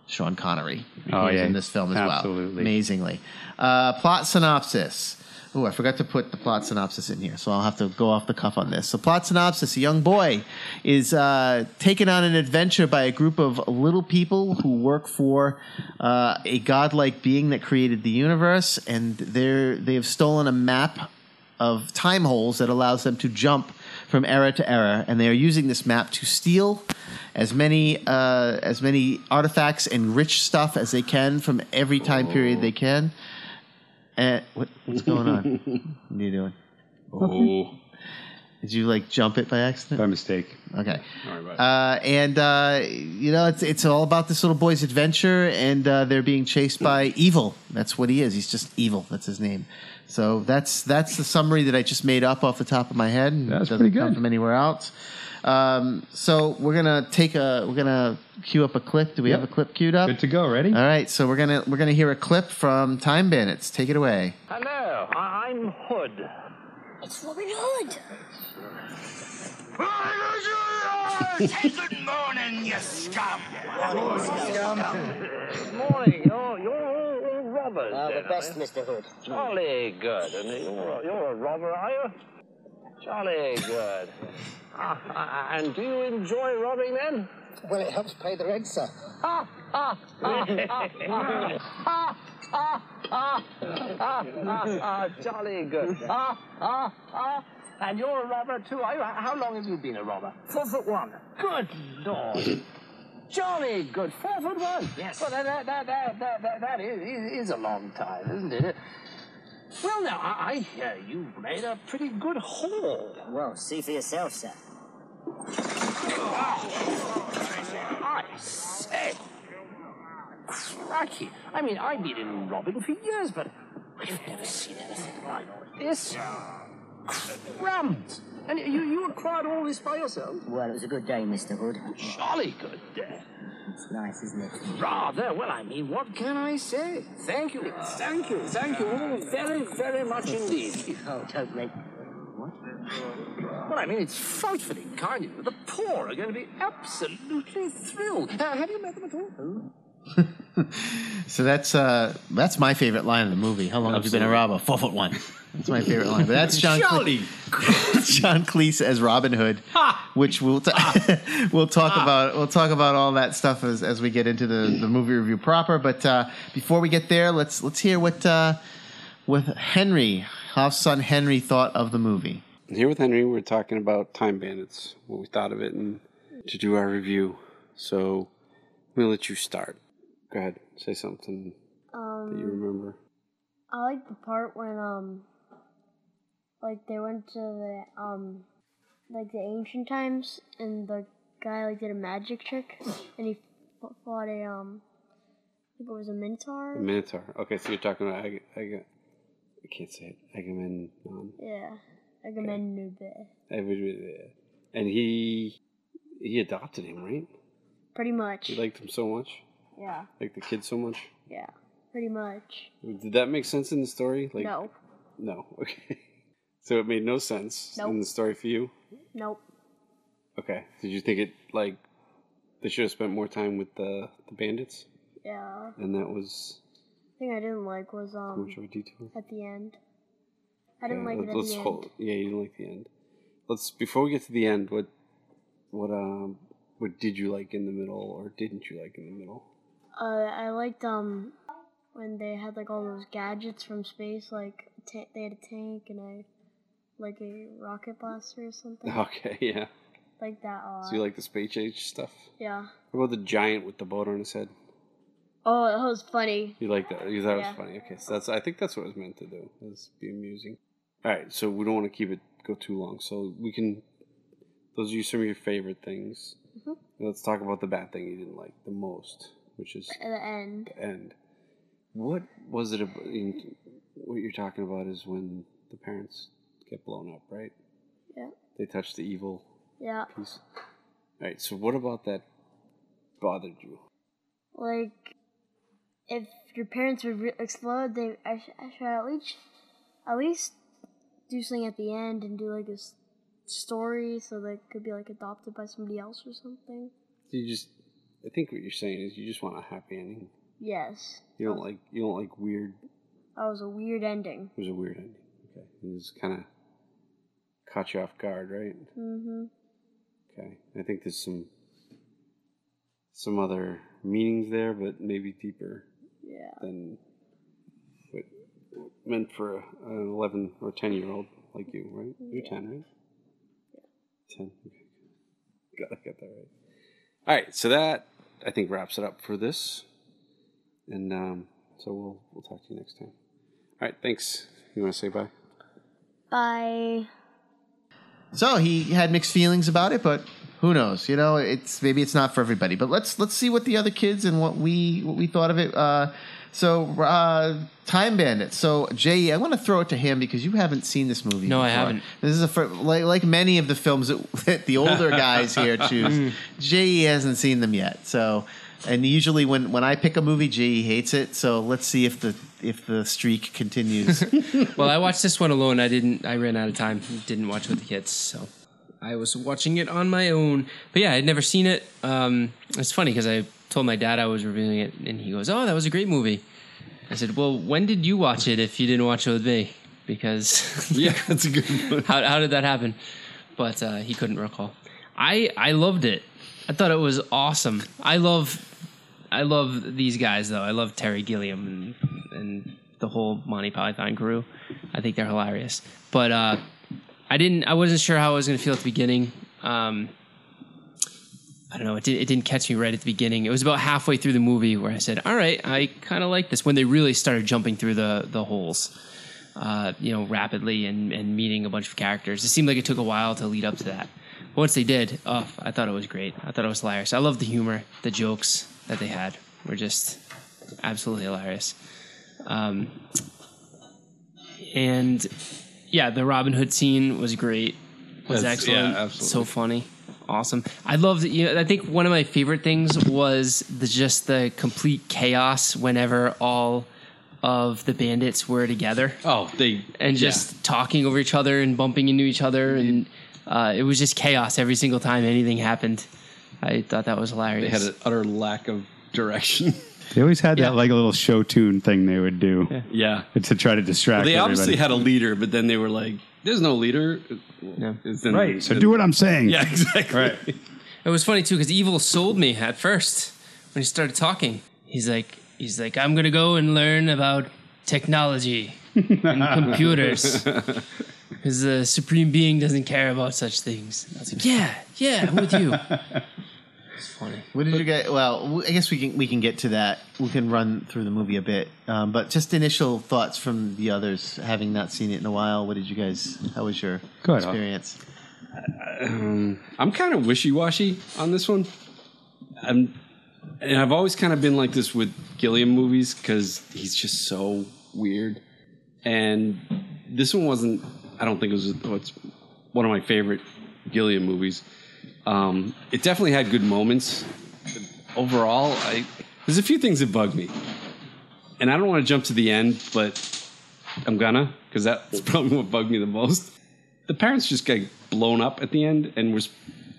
A: Sean Connery.
B: Oh,
A: who's
B: yeah.
A: in this film as well.
B: Absolutely.
A: Amazingly. Uh, plot synopsis. Oh, I forgot to put the plot synopsis in here, so I'll have to go off the cuff on this. So, plot synopsis: A young boy is uh, taken on an adventure by a group of little people who work for uh, a godlike being that created the universe, and they're they have stolen a map of time holes that allows them to jump from era to era, and they are using this map to steal as many uh, as many artifacts and rich stuff as they can from every time period they can. And what, what's going on? what are you doing?
C: Oh,
A: Did you like jump it by accident?
B: By mistake.
A: Okay.
C: Sorry about
A: Uh, and uh, you know, it's it's all about this little boy's adventure, and uh, they're being chased by evil. That's what he is. He's just evil. That's his name. So that's that's the summary that I just made up off the top of my head.
B: That's
A: Doesn't
B: pretty
A: come
B: good.
A: from anywhere else. Um, so we're gonna take a we're gonna cue up a clip. Do we
B: Yep.
A: have a clip queued up?
B: Good to go. Ready?
A: All right. So we're gonna we're gonna hear a clip from Time Bandits. Take it away.
F: Hello, I- I'm Hood.
G: It's Robin Hood.
H: Good morning, you scum.
F: Good morning. You're, you're all, all robbers. then, are you?
G: Mr. Hood.
F: Jolly good. And you're, you're a robber, are you? Jolly good. Ah, ah, and do you enjoy robbing then?
G: Well, it helps pay the rent, sir.
F: Ah, ah, ah, jolly good. Ah, ah, ah. And you're a robber too, are you? How long have you been a robber? Four foot one. Good lord. Jolly good. Four foot one. Yes. Well, that, that, that, that, that, that, that is, is, is a long time, isn't it? Well, now, I, I hear you've made a pretty good haul.
G: Well, see for yourself, sir.
F: Ah, I say. Crikey. I mean, I've been in robbing for years, but I've never seen anything like this. Crumbs! And you, you acquired all this by yourself?
G: Well, it was a good day, Mr. Hood.
F: Jolly good day.
G: It's nice, isn't it?
F: Rather, well, I mean, what can I say? Thank you, thank you, thank you all very, very much indeed.
G: Oh, don't make. What?
F: Well, I mean, it's frightfully kind of you. The poor are going to be absolutely thrilled. Uh, have you met them at all?
A: So that's uh, that's my favorite line in the movie. How long have you been a robber? Four foot one. That's my favorite line. But that's John. Cle-
C: Jolly.
A: John Cleese as Robin Hood, which we'll ta- we'll talk about. We'll talk about all that stuff as, as we get into the, the movie review proper. But uh, before we get there, let's let's hear what uh, what Henry, Hoff's son Henry, thought of the movie.
E: Here with Henry, we're talking about Time Bandits, what we thought of it, and to do our review. So I'm gonna let you start. Go ahead, say something that you
I: Um,
E: remember.
I: I like the part when um, like they went to the um, like the ancient times, and the guy like did a magic trick, and he f- fought a um, I think it was a
E: The
I: minotaur.
E: Minotaur. Okay, so you're talking about Ag- Ag- I can't say it. Agamemnon.
I: yeah, like a Menube,
E: Ag- And he he adopted him, right?
I: pretty much.
E: He liked him so much,
I: yeah,
E: liked the kid so much.
I: yeah, pretty much.
E: Did that make sense in the story? Like
I: no,
E: No. Okay. So it made no sense in
I: Nope.
E: the story for you.
I: nope.
E: Okay. Did you think it like they should have spent more time with the the bandits?
I: Yeah,
E: And that was
I: thing I didn't like was
E: how much
I: um
E: of a detour.
I: at the end. I didn't
E: Yeah,
I: like it
E: let's-
I: at
E: let's
I: the end.
E: hold- Yeah, you didn't like the end. Let's before we get to the end. What what um what did you like in the middle or didn't you like in the middle?
I: Uh, I liked um when they had like all those gadgets from space, like a ta- they had a tank and a like a rocket blaster or something
E: Okay. Yeah.
I: like that. A lot.
E: So you like the space age stuff?
I: yeah.
E: What about the giant with the boat on his head?
I: Oh, that was funny.
E: You like that? You thought
I: Yeah.
E: it was funny. Okay, so that's I think that's what it was meant to do. Is be amusing. All right, so we don't want to keep it go too long. So we can. Those are some of your favorite things.
I: Mhm.
E: Let's talk about the bad thing you didn't like the most, which is
I: At the end,
E: the end. What was it? About, in, what you're talking about is when the parents get blown up, right?
I: Yeah.
E: They touch the evil
I: yeah,
E: piece. All right. So what about that bothered you?
I: like if your parents would re- explode, they I, sh- I should at least at least do something at the end and do like a s- story so they could be like adopted by somebody else or something.
E: you just I think what you're saying is you just want a happy ending.
I: Yes.
E: You don't like you don't like weird.
I: That was a weird ending.
E: It was a weird ending. Okay, it was kind of caught you off guard, right?
I: Mm-hmm.
E: Okay, I think there's some some other meanings there, but maybe deeper
I: Yeah.
E: than what what meant for a, an 11 or 10 year old like you, right? You're 10, right? Yeah. 10. Okay. Got to get that right. All right, so that I think wraps it up for this, and um, so we'll we'll talk to you next time. All right, thanks. You want to say bye?
I: Bye.
A: So he had mixed feelings about it, but who knows? You know, it's maybe it's not for everybody. But let's let's see what the other kids and what we what we thought of it. Uh, so uh, Time Bandit. So Jay, I want to throw it to him because you haven't seen this movie.
D: No, I
A: before.
D: haven't.
A: This is a fir- like like many of the films that, that the older guys here choose. Jay hasn't seen them yet. So, and usually when when I pick a movie, Jay hates it. So let's see if the if the streak continues.
D: Well, I watched this one alone. I didn't. I ran out of time. Didn't watch with the kids, so I was watching it on my own. But yeah, I'd never seen it. Um, it's funny because I told my dad I was reviewing it, and he goes, "Oh, that was a great movie." I said, "Well, when did you watch it? If you didn't watch it with me, because
C: Yeah, that's a good one.
D: how how did that happen?" But uh, he couldn't recall. I I loved it. I thought it was awesome. I love I love these guys though. I love Terry Gilliam and, and the whole Monty Python crew. I think they're hilarious. But uh, I didn't. I wasn't sure how I was going to feel at the beginning. Um, I don't know. It, did, it didn't catch me right at the beginning. It was about halfway through the movie where I said, "All right, I kind of like this." When they really started jumping through the the holes, uh, you know, rapidly and and meeting a bunch of characters. It seemed like it took a while to lead up to that. But once they did, oh, I thought it was great. I thought it was hilarious. I loved the humor. The jokes that they had were just absolutely hilarious. Um, and yeah, the Robin Hood scene was great. Was
C: That's-
D: excellent.
C: yeah, absolutely.
D: So funny. Awesome. I love that. You know, I think one of my favorite things was the just the complete chaos whenever all of the bandits were together
C: Oh, they
D: and just talking over each other and bumping into each other and uh, it was just chaos every single time anything happened. I thought that was
C: they
D: hilarious.
C: had an utter lack of direction.
B: They always had
D: Yeah.
B: that like a little show tune thing they would do
C: yeah,
B: to try to distract.
C: they obviously
B: everybody.
C: had a leader, but then they were like, "There's no leader." It's then-
B: right. So do what I'm saying.
C: Yeah, exactly.
B: Right.
D: It was funny too because Evil sold me at first when he started talking. He's like, he's like, I'm gonna go and learn about technology and computers because the supreme being doesn't care about such things. I was like, yeah, yeah, I'm with you. It's funny.
A: What did you get? Well, w- I guess we can we can get to that. We can run through the movie a bit, um, but just initial thoughts from the others, having not seen it in a while. What did you guys? How was your
B: Go ahead, Al.
A: experience?
C: Um, I'm kind of wishy-washy on this one. I'm, and I've always kind of been like this with Gilliam movies because he's just so weird. And this one wasn't. I don't think it was. It's one of my favorite Gilliam movies. Um, it definitely had good moments. Overall, I, there's a few things that bug me, and I don't want to jump to the end, but I'm gonna because that's probably what bugged me the most the parents just get blown up at the end and was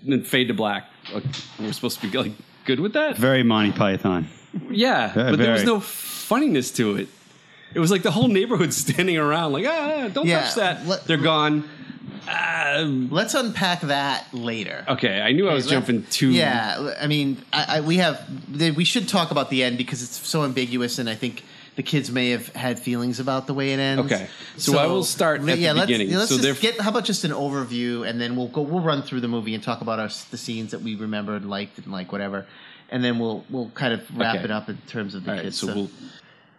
C: then fade to black. Like, we're supposed to be like good with that.
B: Very Monty Python.
C: Yeah, but there was
B: very.
C: no funniness to it. It was like the whole neighborhood standing around, like ah, don't
A: Yeah,
C: touch that.
A: let-
C: They're gone. Ah,
A: Let's unpack that later.
C: okay, I knew I was
A: Okay, let-
C: jumping too.
A: Yeah, l- I mean, I, I, we have th- we should talk about the end because it's so ambiguous, and I think the kids may have had feelings about the way it ends.
C: Okay. So I will start
A: le-
C: at the
A: yeah, let's,
C: beginning.
A: Let's
C: So
A: just
C: there-
A: get how about just an overview, and then we'll go. We'll run through the movie and talk about our s- the scenes that we remembered, liked, and like whatever, and then we'll we'll kind of wrap
C: Okay.
A: it up in terms of the
C: All right,
A: kids.
C: so
A: stuff.
C: we'll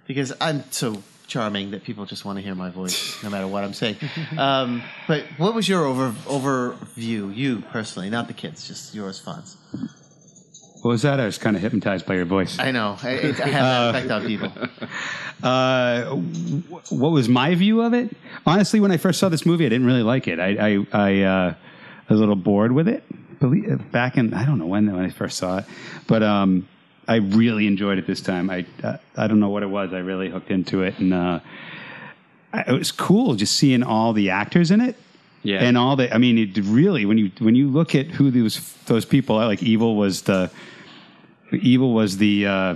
A: because I'm so charming that people just want to hear my voice no matter what I'm saying. Um, but what was your over overview? You personally, not the kids, just yours, Fonz.
B: What was that? I was kind of hypnotized by your voice.
A: I know. I, it, I have that effect on people.
B: Uh, wh- what was my view of it? Honestly, when I first saw this movie, I didn't really like it. I I, I uh, was a little bored with it. Belie- uh, Back in I don't know when when I first saw it, but um, I really enjoyed it this time. I uh, I don't know what it was. I really hooked into it, and uh, I- it was cool just seeing all the actors in it.
C: Yeah.
B: and all the I mean, it really when you when you look at who those those people are, like Evil was the Evil was the uh,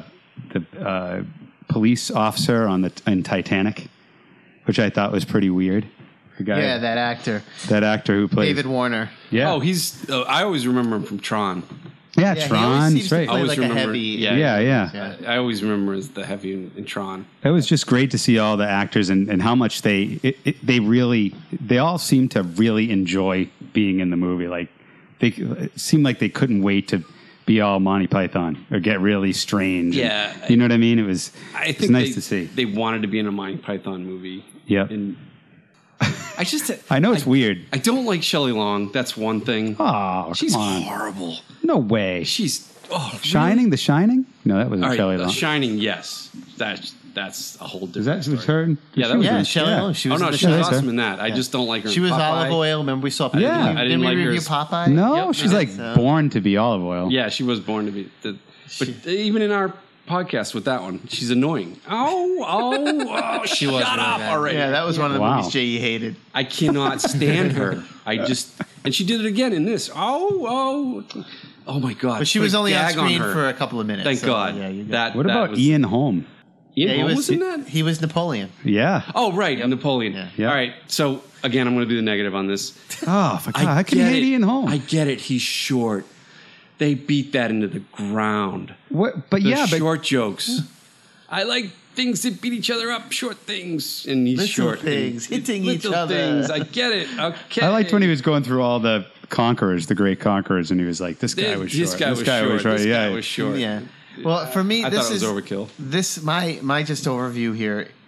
B: the uh, police officer on the in Titanic, which I thought was pretty weird. The guy,
A: Yeah, that actor,
B: that actor who played
A: David Warner.
B: Yeah,
C: Oh, he's. Uh, I always remember him from Tron.
A: Yeah,
B: yeah,
A: he always
B: Tron.
A: seems
B: That's
A: to
B: right.
A: play
C: always
A: like a
C: remember-
A: heavy.
C: yeah.
B: yeah, yeah,
A: Yeah.
C: I always remember as the heavy in, in Tron.
B: It was just great to see all the actors and, and how much they it, it, they really they all seemed to really enjoy being in the movie. Like they it seemed like they couldn't wait to be all Monty Python or get really strange. And-
C: Yeah.
B: you know what I mean. It was
C: I
B: it
C: think
B: was nice
C: they,
B: to see.
C: They wanted to be in a Monty Python movie.
B: Yeah.
C: And I just.
B: I know it's weird.
C: I don't like Shelley Long. That's one thing.
B: Oh,
C: She's
B: come on!
C: horrible.
B: No way.
C: She's oh
B: Shining, The Shining. No, that wasn't
C: All right,
B: Shelley
C: The
B: Long.
C: Shining, yes. That's that's a whole different.
B: Is that
C: story.
B: her?
C: Yeah, that was-
A: Yeah,
B: in-
A: Shelley Long. She
C: Oh
A: was
C: no,
A: in the
C: she's
A: show.
B: That's her.
C: awesome in that. I just don't like her.
A: She
C: in
A: was
C: Popeye.
A: olive oil. Remember we saw?
B: Yeah.
A: didn't we,
C: I didn't
A: didn't we
C: like her
A: review
C: as-
A: Popeye?
B: No,
A: Yep.
B: she's like
A: So-
B: born to be olive oil.
C: Yeah, she was born to be. The, but even in our podcast with that one, she's annoying. Oh, oh, oh she
D: was really
C: shut up
D: bad.
C: already.
A: Yeah, that was one of the
B: Wow.
A: movies J.E. hated.
C: I cannot stand her. I just and she did it again in this. Oh, oh, oh my god!
A: But she
C: Put a
A: was only on
C: gag
A: screen
C: her.
A: for a couple of minutes.
C: Thank
A: so,
C: God.
A: Yeah, you got
C: that.
B: What
C: that
B: about
C: was,
B: Ian Holm?
C: Ian
A: Yeah, he
C: Holm
A: was,
C: was in that.
A: He was Napoleon.
B: Yeah.
C: Oh right, Napoleon.
B: Yeah.
C: All right. So again, I'm going to do the negative on this.
B: Oh, for God. How can you
C: get
B: hate
C: it.
B: Ian Holm?
C: I get it. He's short. They beat that into the ground.
B: What, but
C: The
B: yeah, but
C: short jokes. I like things that beat each other up. Short things, and he's
A: Little
C: short. and
A: things, hitting
C: little
A: each other.
C: Things. I get it. Okay.
B: I liked when he was going through all the conquerors, the great conquerors, and he was like, "This guy was short.
C: This guy was short. This
B: yeah,
C: guy was short.
A: Yeah. Well, for me,
C: I
A: this
C: thought it was
A: is
C: overkill.
A: This my my just overview here.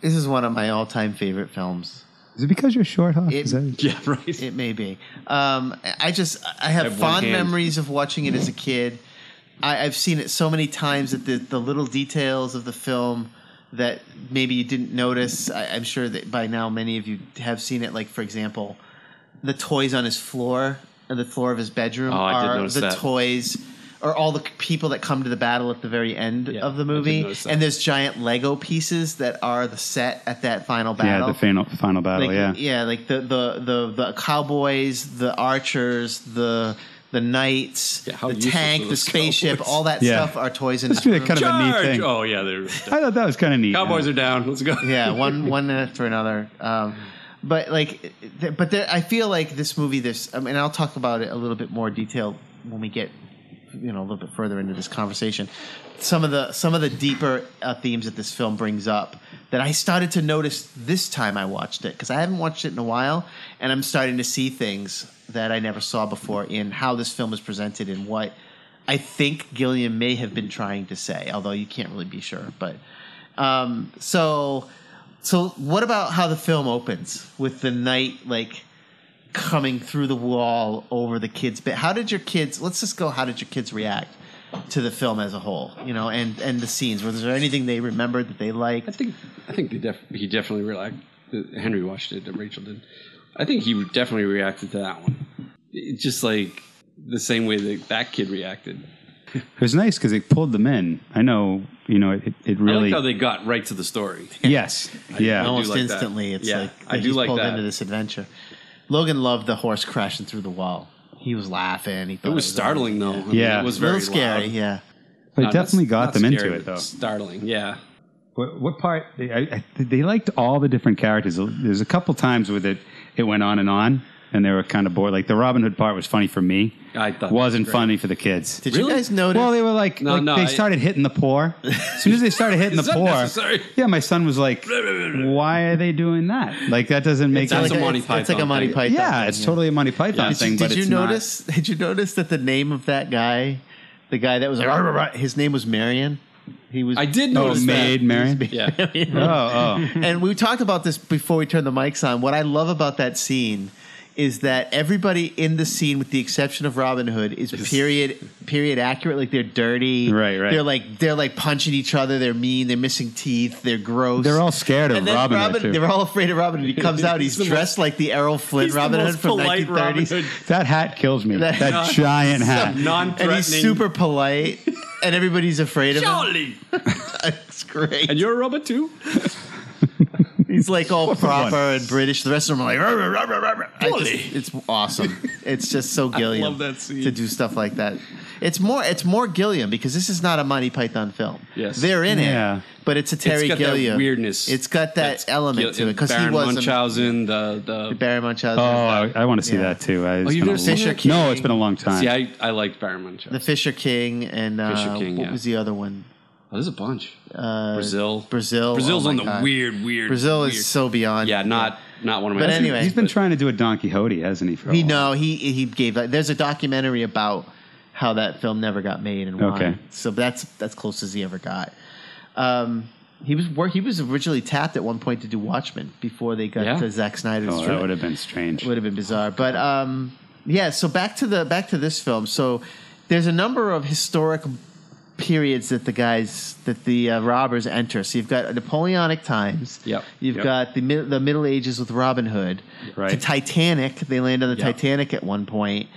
A: this is one of my all time favorite films.
B: Is it because you're short, huh?
A: It-
B: Is that-
C: Yeah. Right.
A: It may be. Um, I just I have,
C: have one
A: fond
C: hand.
A: memories of watching it as a kid. I, I've seen it so many times that the the little details of the film that maybe you didn't notice. I, I'm sure that by now many of you have seen it. Like for example, the toys on his floor, or the floor of his bedroom,
C: Oh, I did
A: are
C: notice
A: the
C: that.
A: toys. Or all the people that come to the battle at the very end
C: Yeah,
A: of the
C: I did
A: movie,
C: notice that.
A: and there's giant Lego pieces that are the set at that final
B: yeah,
A: battle
B: the final final battle.
A: like,
B: yeah.
A: like the, the the the cowboys, the archers, the the knights,
C: Yeah, how
A: the
C: useless
A: tank,
C: are
A: the
C: those
A: spaceship,
C: cowboys?
A: all that
B: Yeah.
A: stuff are toys in
B: It's really
A: room.
B: kind of a neat
C: Charge!
B: thing.
C: Oh yeah, they're
B: I thought that was kind of neat.
C: Cowboys
B: yeah.
C: are down. Let's go.
A: yeah, one one after another. Um, but like, th- but there, I feel like this movie. This, I mean, I'll talk about it a little bit more detail when we get, you know, a little bit further into this conversation. Some of the some of the deeper uh, themes that this film brings up that I started to notice this time I watched it because I haven't watched it in a while, and I'm starting to see things that I never saw before in how this film is presented and what I think Gilliam may have been trying to say, although you can't really be sure. But um, so, so what about how the film opens with the night like coming through the wall over the kids? But how did your kids? Let's just go. How did your kids react to the film as a whole? You know, and and the scenes. Was there anything they remembered that they
C: I
A: liked?
C: think I think they def- he definitely reacted. Henry watched it. and Rachel did. I think he definitely reacted to that one, It- just like the same way that that kid reacted.
B: It was nice because it pulled them in. I know, you know, it, it
C: I
B: really.
C: like how they got right to the story.
B: yes. yeah.
C: I
A: Almost
C: like that.
A: instantly, it's
C: Yeah,
A: like
C: I
A: he's
C: do like
A: pulled
C: that.
A: into this adventure. Logan loved the horse crashing through the wall. He was laughing. He
C: It
A: thought
C: was startling though. I mean,
B: Yeah.
C: it was
A: A
C: very
A: little scary,
C: Loud.
A: yeah.
B: But it
C: Not-
B: definitely
C: not
B: got them
C: scary,
B: into it,
C: but
B: though.
C: Startling, yeah.
B: What, what part? They, I, I, they liked all the different characters. There's a couple times with it, it went on and on, and they were kind of bored. Like the Robin Hood part was funny for me.
C: I thought that
B: wasn't
C: was great.
B: funny for the kids.
A: Oh, Did
C: Really?
A: you guys notice?
B: Well, they were like,
C: No,
B: like,
C: no,
B: they
C: I-
B: started hitting the poor. As soon as they started hitting the
C: It's
B: poor,
C: unnecessary.
B: yeah, my son was like, "Why are they doing that? Like that doesn't make
C: That's
B: any
C: a
A: like
B: sense."
A: it's-
C: Monty
A: It's like a
C: Python
A: Monty
C: thing.
A: Python.
B: yeah,
A: thing,
B: it's totally a Monty Python
A: Did
B: thing.
A: you,
B: but
A: did you
B: it's not-
A: notice? Did you notice that the name of that guy, the guy that was like, "Rah, rah, rah," his name was Marion. He was.
C: I did
B: Oh,
C: notice that.
B: maid Marion.
C: Yeah.
B: Oh, oh,
A: And we talked about this before we turned the mics on. What I love about that scene is that everybody in the scene, with the exception of Robin Hood, is period period accurate. Like they're dirty.
B: Right, right.
A: They're like they're like punching each other. They're mean. They're missing teeth. They're gross.
B: they're all scared of
A: And then
B: Robin,
A: Robin,
B: Hood too.
A: they're all afraid of Robin. And he comes out. He's,
C: He's the
A: dressed like the Errol Flynn
C: He's the
A: Robin Hood
C: most
A: from
C: polite
A: 1930s.
C: Robin Hood.
B: that hat kills me.
A: That-
B: That, giant hat.
A: and
C: Non-threatening.
A: he's super polite, and everybody's afraid of him.
C: Jolly.
A: It's great.
C: And you're a robot too.
A: he's like all proper
B: one.
A: and British. The rest of them are like, "Rah, rah, rah, rah, rah." I just-
C: Jolly.
A: it's awesome. It's just so Gilliam
C: that scene.
A: to do stuff like that. It's more. It's more Gilliam because this is not a Monty Python film.
C: Yes.
A: they're in
B: Yeah.
A: it, but it's a Terry
C: it's got
A: Gilliam
C: that weirdness.
A: It's got that
C: That's
A: element
C: Gil-
A: to it because he
C: Baron
A: was
C: Munchausen. the the
A: A, Barry Munchausen.
B: Oh, I, I want to see
A: Yeah.
B: that too. I, it's
C: you've
B: been a
C: never seen
B: long-
A: Fisher
B: No,
A: King?
B: it's been a long time.
C: see, I I liked Baron Munchausen.
A: the Fisher King and uh,
C: Fisher King,
A: what
C: yeah.
A: was the other one?
C: oh, there's a bunch.
A: Uh,
C: Brazil.
A: Brazil.
C: Brazil's
A: Oh my
C: on the
A: God.
C: weird, weird.
A: Brazil
C: weird-
A: is so beyond.
C: Yeah, not not one of my.
A: But
C: favorites,
A: anyway.
B: He's been
C: but-
B: trying to do a Don Quixote, hasn't he? For a
A: He
B: while?
A: no, he he gave. Like, there's a documentary about how that film never got made and why.
B: Okay.
A: So that's that's close as he ever got. Um, he was work. He was originally tapped at one point to do Watchmen before they got
C: Yeah.
A: to Zack Snyder's.
B: Oh,
A: Dra-
B: that would have been strange.
A: would have been bizarre. But um, yeah, so back to the back to this film. So there's a number of historic periods that the guys that the uh, robbers enter. So you've got Napoleonic times.
C: Yep.
A: You've
B: Yep.
A: got the mid- the Middle Ages with Robin Hood.
B: Right.
A: The Titanic. They land on the
C: Yep.
A: Titanic at one point.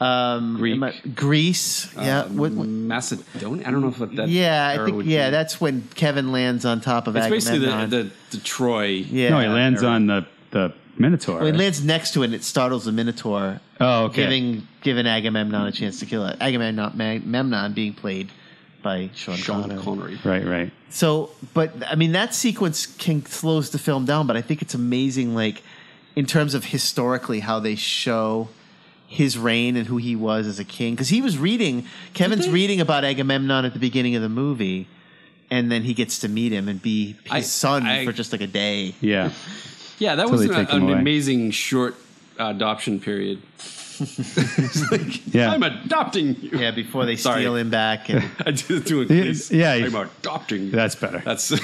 A: Um,
C: Greek. Um,
A: am I- Greece. yeah. What, what-
C: Macedonia. I don't know what that.
A: yeah, I
C: era
A: think
C: would
A: yeah,
C: be.
A: that's when Kevin lands on top of
C: it's basically the,
A: Agamemnon.
C: the the Troy.
A: yeah.
B: no, he lands on the the Minotaur.
A: When it lands next to it, and it startles the Minotaur.
B: oh, okay.
A: giving giving Agamemnon a chance to kill it. Agamemnon Mag- Memnon being played by Sean,
C: Sean
A: Connery.
C: Connery.
B: right, right.
A: So, but I mean that sequence can slows the film down, but I think it's amazing, like in terms of historically how they show his reign and who he was as a king, because he was reading Kevin's reading about Agamemnon at the beginning of the movie. And then he gets to meet him and be his
C: I-
A: son
C: I-
A: for just like a day.
B: Yeah.
C: Yeah, that
B: Till
C: was
B: they
C: an,
B: take them
C: an
B: away.
C: amazing short adoption period. It's like,
B: Yeah.
C: I'm adopting you.
A: Yeah, before they
C: Sorry.
A: steal him back. And
C: I just do a
B: Yeah,
C: case.
B: yeah,
C: I'm
B: you-
C: adopting. you.
B: That's better.
C: that's uh,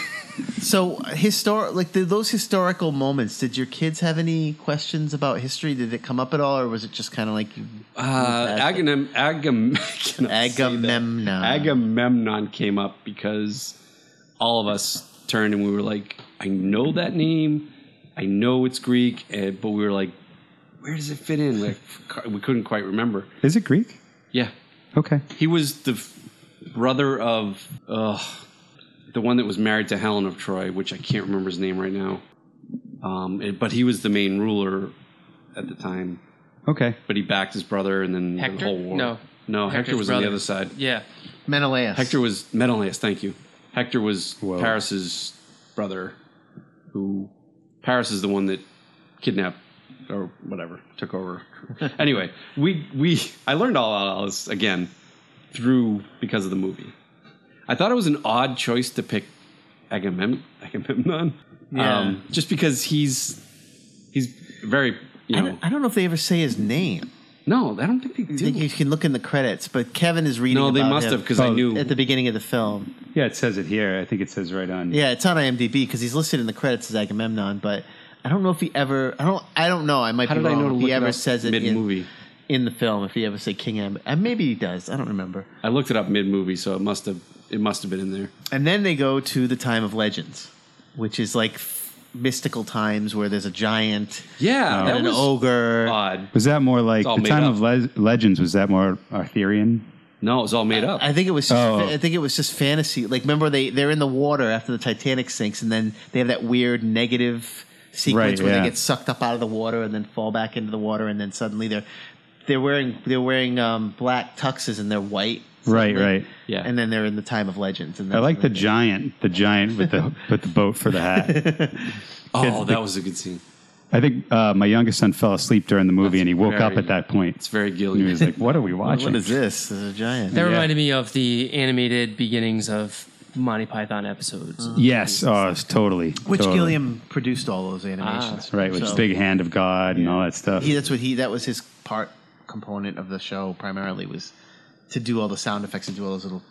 A: So historic, like th those historical moments. Did your kids have any questions about history? Did it come up at all, or was it just kind of like you-
C: uh, Agam Agam I cannot say that.
A: Agamemnon.
C: Agamemnon came up because all of us turned and we were like, I know that name, I know it's Greek, eh, but we were like, where does it fit in? Like, we couldn't quite remember.
B: Is it Greek?
C: Yeah,
B: Okay.
C: He was the f- brother of uh, the one that was married to Helen of Troy, which I can't remember his name right now. Um, it- but he was the main ruler at the time.
B: Okay.
C: But he backed his brother, and then the
D: Hector?
C: whole war.
D: No.
C: no, Hector
D: Hector's
C: was on
D: brother.
C: the other side.
D: Yeah.
A: Menelaus?
C: Hector was Menelaus. Thank you. Hector was
B: Whoa.
C: Paris's brother, who Paris is the one that kidnapped or whatever took over. anyway, we we I learned all about all this again through because of the movie. I thought it was an odd choice to pick Agamem- Agamemnon, um,
A: Yeah.
C: just because he's he's very you
A: I
C: know
A: don't, I don't know if they ever say his name.
C: no I don't think they
A: I think
C: do.
A: you can look in the credits, but Kevin is reading.
C: No, they
A: about
C: must
A: him
C: have because I
B: Oh,
C: knew
A: at the beginning of the film.
B: Yeah, it says it here. I think it says right on.
A: Yeah, it's on IMDb because he's listed in the credits as Agamemnon, but I don't know if he ever. I don't. I don't know. I might
C: how
A: be
C: did I
A: wrong.
C: know to
A: if
C: look
A: he
C: it
A: ever
C: up
A: says it
C: mid
A: in,
C: movie.
A: in the film, if he ever say King Am, and maybe he does. I don't remember.
C: I looked it up mid movie, so it must have it must have been in there.
A: And then they go to the time of legends, which is like mystical times where there's a giant
C: Yeah,
B: No.
C: that
A: and an
C: was
A: ogre.
C: odd.
B: Was that more like
C: all
B: the
C: made
B: time
C: up.
B: of le- legends? Was that more Arthurian?
C: No, it was all made up.
A: I think it was. Just,
B: Oh.
A: I think it was just fantasy. Like remember they they're in the water after the Titanic sinks, and then they have that weird negative sequence
B: Right,
A: where
B: yeah.
A: they get sucked up out of the water and then fall back into the water, and then suddenly they're they're wearing they're wearing um, black tuxes and they're white.
B: Right,
A: suddenly.
B: right.
C: Yeah.
A: and then they're in the time of legends. And
B: I
A: that's
B: like
A: when
B: the
A: they-
B: giant, the giant with the with the boat for the hat.
C: oh,
B: the-
C: that was a good scene.
B: I think uh, my youngest son fell asleep during the movie and he woke up
C: very-
B: at that point.
C: It's very
B: And he
C: Gilliam.
B: was like, "What are we watching?"
A: Hmm. What is this? This is a giant.
D: That
B: Yeah.
D: reminded me of the animated beginnings of Monty Python episodes.
B: Yes, oh, it's totally.
A: Which
B: totally.
A: Gilliam produced all those
C: Ah.
A: animations?
B: Right, with the
A: So-
B: big hand of God and all that stuff.
A: he that's what he that was his part component of the show primarily was to do all the sound effects and do all those little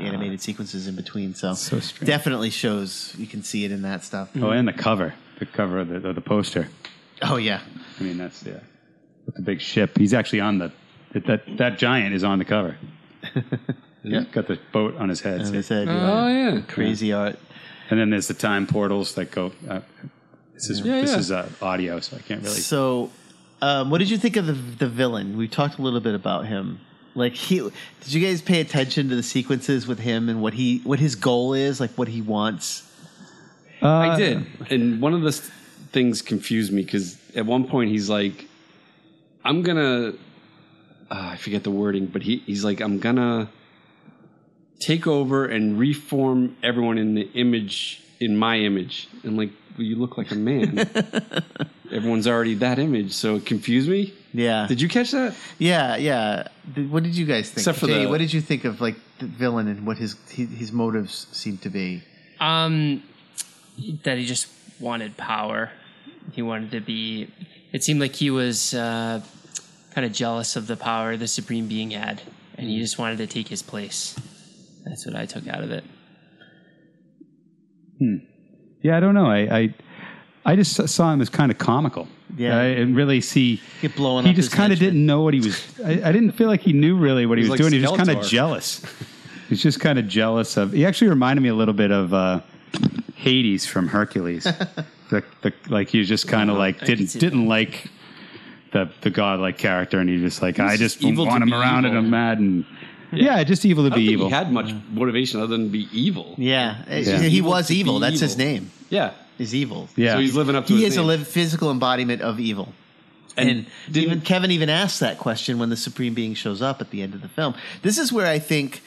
A: animated sequences in between Ah. so,
B: So strange.
A: definitely shows you can see it in that stuff
B: Oh, and the cover, the cover of the, of the poster.
A: oh yeah
B: I mean, that's yeah, with the big ship. He's actually on the that that, that giant is on the cover. yeah, got the boat on his head.
A: as
B: see?
A: i said
C: oh
A: yeah.
C: yeah,
A: crazy art
B: And then there's the time portals that go. Uh, this is
C: Yeah,
B: this
C: yeah.
B: is uh, audio, so I can't really.
A: so um, what did you think of the the villain we talked a little bit about him like he did you guys pay attention to the sequences with him and what he what his goal is like what he wants
C: I did. And one of the s- things confused me because at one point he's like, "I'm gonna uh, I forget the wording, but he, he's like, I'm gonna take over and reform everyone in the image, in my image. And like, well, you look like a man. Everyone's already that image, so it confused me.
A: Yeah.
C: Did you catch that?
A: Yeah, yeah. Th- What did you guys think?
C: Except for
A: Jay,
C: the-
A: what did you think of like the villain and what his his, his motives seem to be?
D: Um, that he just wanted power. He wanted to be. It seemed like he was uh, kind of jealous of the power the supreme being had, and he just wanted to take his place. That's what I took out of it.
B: Yeah, I don't know. I I, I just saw him as kind of comical.
A: Yeah.
B: I didn't really see.
A: Get blowing
B: He
A: up
B: just
A: his
B: kind of
A: henchmen.
B: didn't know what he was. I, I didn't feel like he knew really what he was,
C: He's like
B: doing. He was just kind of
C: Skeletor.
B: jealous. He's just kind of jealous of. He actually reminded me a little bit of uh, Hades from Hercules. the, the, like he was just kind of like
D: I can
B: didn't
D: see that.
B: didn't like the the godlike character, and he just like I just
C: evil to
B: want him
C: be
B: around and
C: evil.
B: I'm mad and yeah, just evil to
C: I don't
B: be
C: think
B: evil.
C: he had much motivation other than be evil.
A: Yeah, It's-
B: Yeah.
A: he
C: Evil
A: was
C: to be
A: evil. That's his
C: evil.
A: name.
C: Yeah.
A: Is evil.
B: yeah,
C: So he's living up to
A: He
C: his
A: is a
C: name.
A: live physical embodiment of evil.
C: And
A: And,
C: didn't-
A: even Kevin even asked that question when the supreme being shows up at the end of the film. This is where I think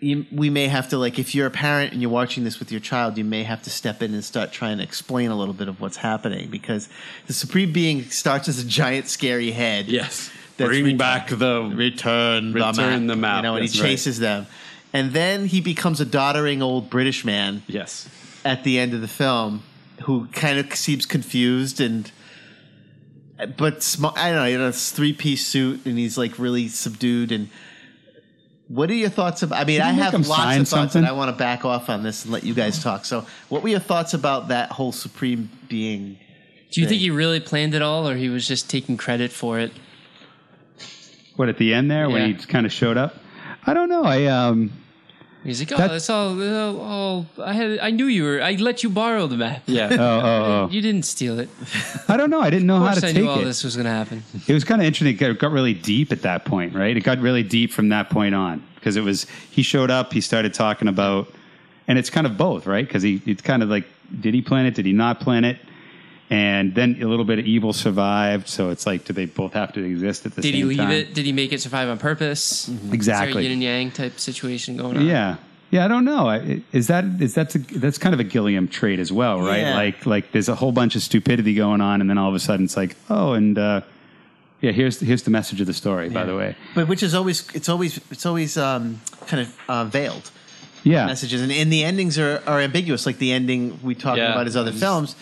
A: you, we may have to like if you're a parent and you're watching this with your child, you may have to step in and start trying to explain a little bit of what's happening because the supreme being starts as a giant scary head.
C: Yes.
A: That's
C: Bring
A: ridiculous.
C: back the.
A: Return,
C: Return the map,
A: You know, and he
C: that's right.
A: chases them. And then he becomes a doddering old British man
C: Yes.
A: at the end of the film who kind of seems confused and but sm- I don't know, you know, it's three piece suit and he's like really subdued and what are your thoughts about I mean, I
B: you make
A: have
B: him
A: lots
B: sign
A: of thoughts
B: something?
A: and I want to back off on this and let you guys talk. So, what were your thoughts about that whole supreme being?
D: Do you
A: Thing.
D: think he really planned it all, or he was just taking credit for it?
B: what at the end there when he
D: Yeah.
B: kind of showed up. I don't know. I um.
D: He's like, oh,
B: That-
D: that's all. uh, all I had. I knew you were. I let you borrow the map.
C: Yeah.
B: Oh, oh, oh.
D: You didn't steal it.
B: I don't know. I didn't know
D: Of
B: how to
D: course, I
B: take
D: knew all
B: it.
D: this was going to happen.
B: It was kind of interesting. It got- got really deep at that point, right? It got really deep from that point on because it was he showed up, he started talking about, and it's kind of both, right? Because he it's kind of like, did he plan it? Did he not plan it? And then a little bit of evil survived, so it's like, do they both have to exist at the
D: Did
B: same
D: he leave
B: time?
D: it? Did he make it survive on purpose? Is there a
B: Exactly.
D: yin and yang type situation going on?
B: Yeah. Yeah, I don't know. I- Is that is that's a, that's kind of a Gilliam trait as well, right?
A: Yeah.
B: Like like there's a whole bunch of stupidity going on, and then all of a sudden it's like, oh, and uh, yeah, here's here's the message of the story, by the way.
A: But which is always it's always it's always um, kind of uh, veiled.
B: Yeah,
A: messages and, and the endings are, are ambiguous like the ending we talked
C: Yeah,
A: about his other
C: it's-
A: films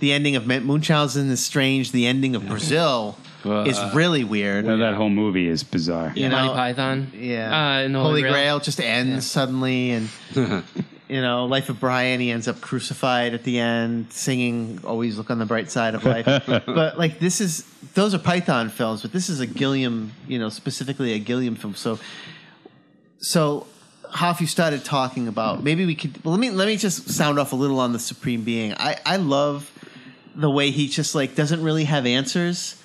A: the ending of Munchausen is strange the ending of Brazil is
C: uh,
A: really weird
B: No, that whole movie is bizarre.
A: you
D: Monty
A: know
D: Python.
A: yeah
D: Uh, and the
A: Holy Grail. just ends suddenly and you know Life of Brian he ends up crucified at the end singing always look on the bright side of life but like this is those are Python films but this is a Gilliam you know specifically a Gilliam film so so Hoff, you started talking about maybe we could. Well, let me let me just sound off a little on the Supreme Being. I I love the way he just like doesn't really have answers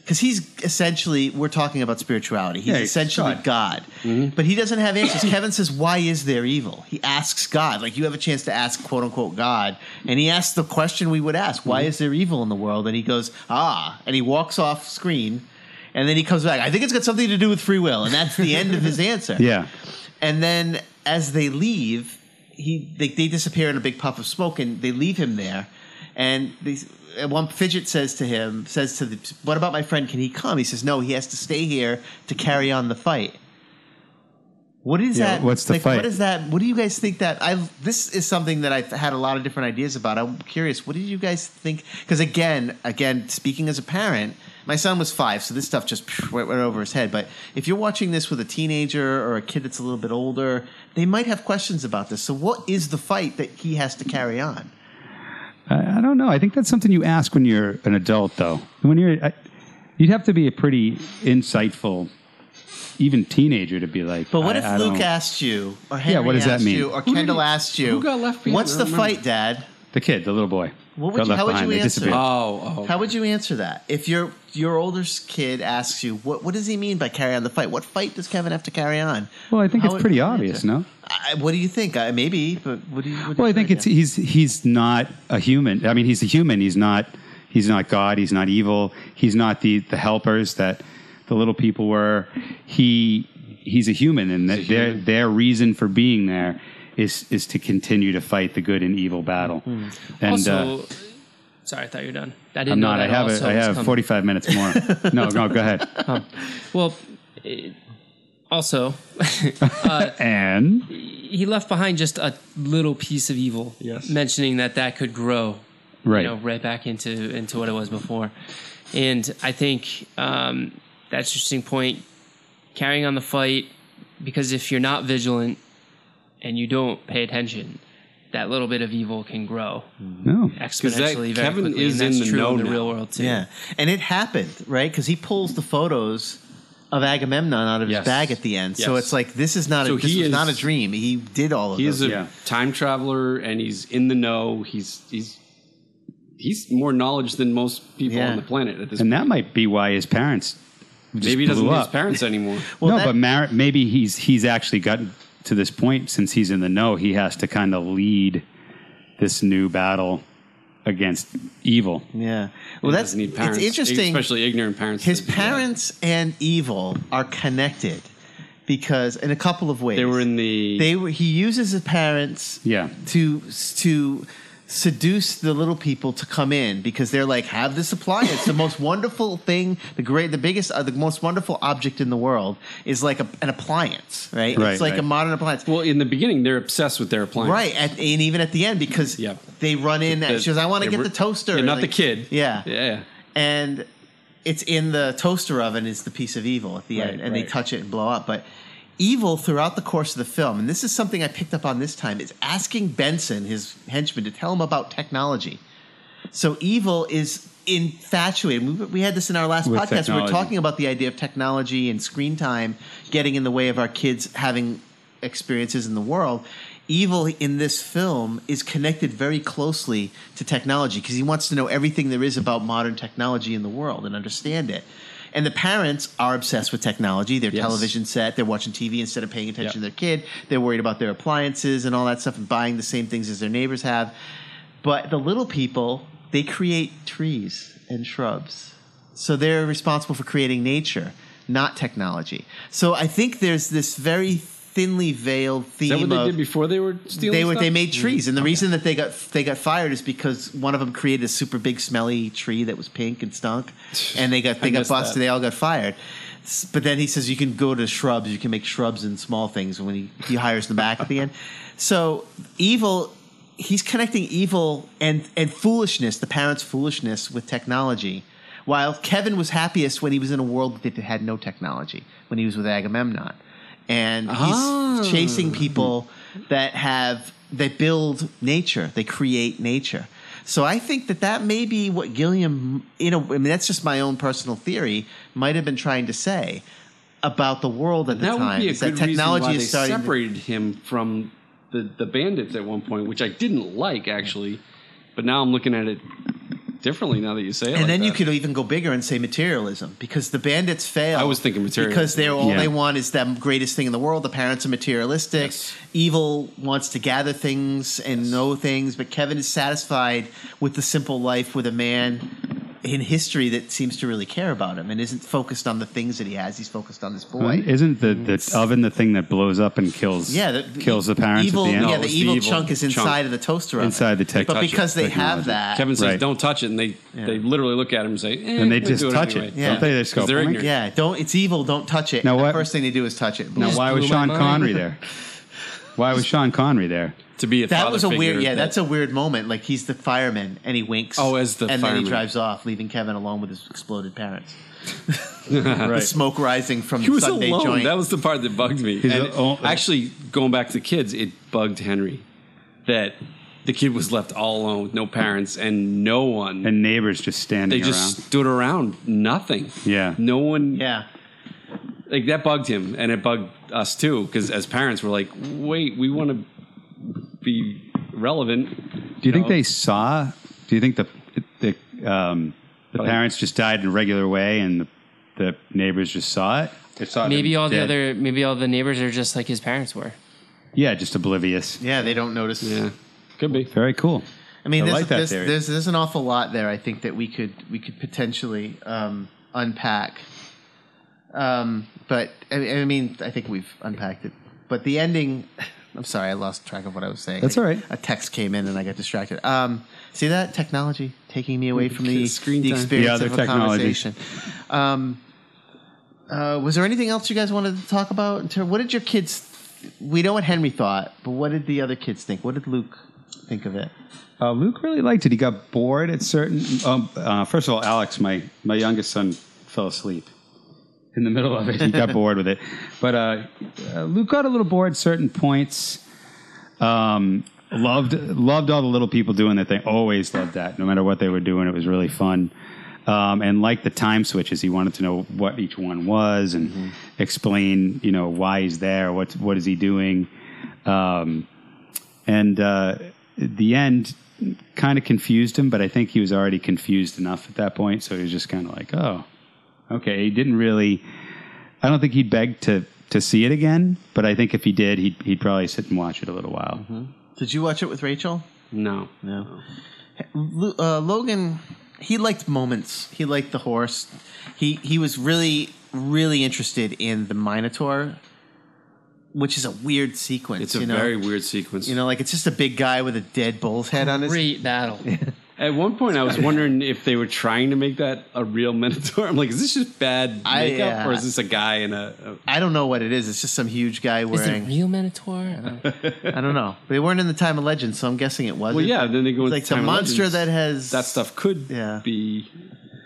A: because he's essentially we're talking about spirituality. He's
B: Yeah, he's
A: essentially
B: God.
A: God, but he doesn't have answers. Kevin says, "Why is there evil?" He asks God, like you have a chance to ask quote unquote God, and he asks the question we would ask: Why is there evil in the world? And he goes, "Ah," and he walks off screen. And then he comes back. I think it's got something to do with free will, and that's the end of his answer.
B: Yeah,
A: And then as they leave, he they, they disappear in a big puff of smoke, and they leave him there. And they, and one fidget says to him, says to the, "What about my friend? Can he come?" He says, "No, he has to stay here to carry on the fight." What is
B: Yeah,
A: that?
B: what's the
A: like,
B: fight?
A: What is that? What do you guys think that? I this is something that I've had a lot of different ideas about. I'm curious. What did you guys think? Because again, again, speaking as a parent, my son was five, so this stuff just phew, went, went over his head. But if you're watching this with a teenager or a kid that's a little bit older, they might have questions about this. So, what is the fight that he has to carry on?
B: I, I don't know. I think that's something you ask when you're an adult, though. When you're, I, you'd have to be a pretty insightful, even teenager, to be like.
A: But what
B: I-
A: if
B: I
A: Luke
B: don't-
A: asked you, or Henry
B: what does that
A: asked
B: mean?
A: you, or Kendall asked you,
C: who got left behind?
A: What's
C: I
A: the
C: don't remember.
A: fight, Dad?
B: the kid, the little boy?
A: What would
B: got
A: you-
B: left
A: how would
B: behind.
A: you
B: They
A: answer? Uh,
B: disappeared.
C: Oh, oh.
A: How would you answer that if your your older kid asks you what what does he mean by carry on the fight? What fight does Kevin have to carry on?
B: Well, I think
A: How
B: it's
A: would-
B: pretty
A: how would you
B: obvious,
A: answer?
B: no?
A: I, what do you think? I, maybe, but what do you? What do
B: Well,
A: you
B: I think it's he's he's not a human. I mean, he's a human. He's not he's not God. He's not evil. He's not the the helpers that the the little people were. He he's a human, and that their their reason for being there is is to continue to fight the good and evil battle. And uh,
D: also, sorry, I thought you were done. I didn't
B: I'm
D: know
B: not. I
D: that
B: have
D: also
B: a, I
D: was
B: have
D: coming.
B: 45 minutes more. no, no, go ahead.
D: Well, it, also,
B: And
D: he left behind just a little piece of evil.
C: Yes.
D: mentioning that that could grow
B: right,
D: you know, right back into into what it was before. And I think um, that's an interesting point. Carrying on the fight, because if you're not vigilant and you don't pay attention, that little bit of evil can grow
B: no,
D: exponentially. very
C: Kevin
D: quickly.
C: is
D: and that's
C: in the
D: true
C: know
D: in the
C: now.
D: real world too.
A: Yeah, and it happened right because he pulls the photos of Agamemnon out of
C: Yes.
A: his bag at the end. So
C: Yes.
A: it's like this is not
C: So
A: a, this
C: he
A: was
C: is-
A: not a dream. He did all of
C: He is
A: those.
C: a
B: Yeah.
C: time traveler, and he's in the know. He's he's he's more knowledge than most people
A: Yeah.
C: on the planet at this.
B: and
C: point.
B: that might be why his parents just
C: Maybe he doesn't
B: blew
C: need his
B: up.
C: parents anymore.
A: Well,
B: no,
A: that-
B: but Mar- maybe he's he's actually gotten to this point since he's in the know. He has to kind of lead this new battle against evil.
A: yeah. Well,
C: He
A: that's
C: doesn't need parents,
A: it's interesting.
C: especially ignorant parents.
A: His
C: that do that.
A: parents and evil are connected because in a couple of ways
C: They were in the.
A: they were he uses his parents
B: Yeah.
A: to to seduce the little people to come in because they're like have this supply it's the most wonderful thing the great the biggest uh, the most wonderful object in the world is like a, an appliance right,
B: Right,
A: it's like a
B: right.
A: modern appliance
C: well, in the beginning, they're obsessed with their appliance.
A: Right, at, and even at the end because
C: Yep.
A: they run in.
C: The-
A: and she goes, "I want
C: they
A: to get
C: were-
A: the toaster."
C: Yeah, not
A: like-
C: the kid.
A: Yeah,
C: Yeah.
A: and it's in the toaster oven is the piece of evil at the
C: Right,
A: end and they
C: right.
A: touch it and blow up but evil throughout the course of the film and this is something i picked up on this time is asking benson his henchman to tell him about technology so evil is infatuated we, we had this in our last
B: With
A: podcast we were
B: technology.
A: talking about the idea of technology and screen time getting in the way of our kids having experiences in the world evil in this film is connected very closely to technology because he wants to know everything there is about modern technology in the world and understand it and the parents are obsessed with technology their television set they're watching tv instead of paying attention to their kid they're worried about their appliances and all that stuff and buying the same things as their neighbors have but the little people, they create trees and shrubs. So they're responsible for creating nature, not technology. So I think there's this very thinly veiled
C: Is
A: theme
C: that what they
A: of
C: did before they were stealing?
A: they were
C: stuff? Mm.
A: they made trees, and the reason that they got they got fired is because one of them created a super big smelly tree that was pink and stunk, and they got they got
C: missed
A: busted.
C: that.
A: They all got fired. S- But then he says you can go to shrubs, you can make shrubs and small things. When he he hires them back at the end, so evil. He's connecting evil and and foolishness, the parents' foolishness, with technology. While Kevin was happiest when he was in a world that had no technology, when he was with Agamemnon, and he's
C: Ah.
A: chasing people that have that build nature they create nature so i think that that may be what gilliam you know i mean that's just my own personal theory might have been trying to say about the world at the
C: that
A: time
C: would be a
A: is
C: good
A: that technology
C: reason why
A: is
C: they
A: starting to-
C: separated him from the, the bandits at one point, which I didn't like actually. But now I'm looking at it differently now that you say it.
A: and
C: like
A: then you
C: that.
A: could even go bigger and say materialism because the bandits fail.
C: I was thinking materialism.
A: because they're all
B: Yeah.
A: they want is that greatest thing in the world. The parents are materialistic.
C: Yes.
A: Evil wants to gather things and know things, but Kevin is satisfied with the simple life with a man in history that seems to really care about him and isn't focused on the things that he has. He's focused on this boy.
B: Uh, Isn't the, the oven the thing that blows up and kills?
A: yeah, the,
B: kills the parents
A: Evil,
B: at the end.
A: yeah,
C: No,
A: the
C: it's the
A: evil
C: evil
A: chunk is
C: chunk.
A: inside of the toaster oven.
B: Inside the tech-
A: but
B: touch it,
A: because they have
B: technology.
A: that,
C: Kevin says,
B: Right.
C: "Don't touch it," and they they literally look at him and say, eh,
B: and they
C: we'll
B: just
C: do
B: touch
C: anyway.
B: it.
A: Yeah.
B: Don't they? They just go,
C: Because they're
B: "Boink."
C: ignorant.
A: yeah, don't. It's evil. Don't touch it.
B: Now
A: And the
B: what-
A: first thing they do is touch it.
B: Now, why was
C: blew my
B: Sean
C: mind.
B: Connery there? Why was Sean Connery there?
C: To be a
A: That
C: father
A: was a
C: figure
A: weird, yeah.
C: that-
A: That's a weird moment. Like he's the fireman and he winks.
C: Oh, as the
A: and then
C: fireman.
A: he drives off, leaving Kevin alone with his exploded parents. The smoke rising from
C: He was
A: Sunday
C: alone.
A: joint.
C: That was the part that bugged me.
B: He's
C: And
B: a- oh, uh,
C: actually, going back to the kids, it bugged Henry that the kid was left all alone with no parents and no one.
B: And neighbors just standing
C: they just
B: around.
C: stood around, nothing.
B: Yeah.
C: no one.
A: yeah,
C: like that bugged him, and it bugged us too because as parents, we're like, wait, we want to be relevant.
B: Do you think
C: No.
B: they saw? Do you think the the um, the parents just died in a regular way, and the, the neighbors just saw it? They saw
D: Maybe
B: them
D: all the
B: dead.
D: other maybe all the neighbors are just like his parents were.
B: yeah, just oblivious.
A: yeah. They don't notice.
C: Yeah, could be.
B: Very cool.
A: I mean,
B: I
A: there's,
B: like that
A: there's,
B: theory.
A: there's there's an awful lot there. I think that we could we could potentially um, unpack Um, but I, I mean, I think we've unpacked it. But the ending, I'm sorry, I lost track of what I was saying.
B: That's all right.
A: A text came in and I got distracted. Um, see that technology taking me away from the
C: Screen
A: the
C: time.
A: experience
B: The other
A: of a
B: technology.
A: conversation. Um, uh, was there anything else you guys wanted to talk about? In ter- What did your kids? We know what Henry thought, but what did the other kids think? What did Luke think of it?
B: Uh, Luke really liked it. He got bored at certain. Um, uh, first of all, Alex, my my youngest son, fell asleep in the middle of it. He got bored with it. But uh, uh, Luke got a little bored at certain points. Um, loved loved all the little people doing their thing. Always loved that. No matter what they were doing, it was really fun. Um, and like the time switches, he wanted to know what each one was and explain, you know, why he's there, what what is he doing. Um, and uh, the end kind of confused him, but I think he was already confused enough at that point, so he was just kind of like, "Oh, okay." He didn't really. I don't think he begged to to see it again, but I think if he did, he'd he'd probably sit and watch it a little while.
A: Mm-hmm. Did you watch it with Rachel?
C: No.
A: No. Lu- Uh, Logan, he liked moments. He liked the horse. He he was really really interested in the Minotaur, which is a weird sequence.
C: It's a
A: you know?
C: very weird sequence.
A: you know like it's just a big guy with a dead bull's head on his.
D: Great battle.
C: At one point, I was wondering if they were trying to make that a real Minotaur. I'm like, is this just bad
A: I-
C: makeup,
A: yeah.
C: or is this a guy in a?
A: I don't know what it is. It's just some huge guy
D: Is it
A: wearing.
D: real Minotaur? Uh,
A: I don't know. They weren't in the time of legend, so I'm guessing it
C: a
A: wasn't.
C: well, yeah. Then they go
A: It's
C: into
A: like the
C: Time of
A: monster
C: Legends.
A: that has
C: that stuff could
A: Yeah.
C: be.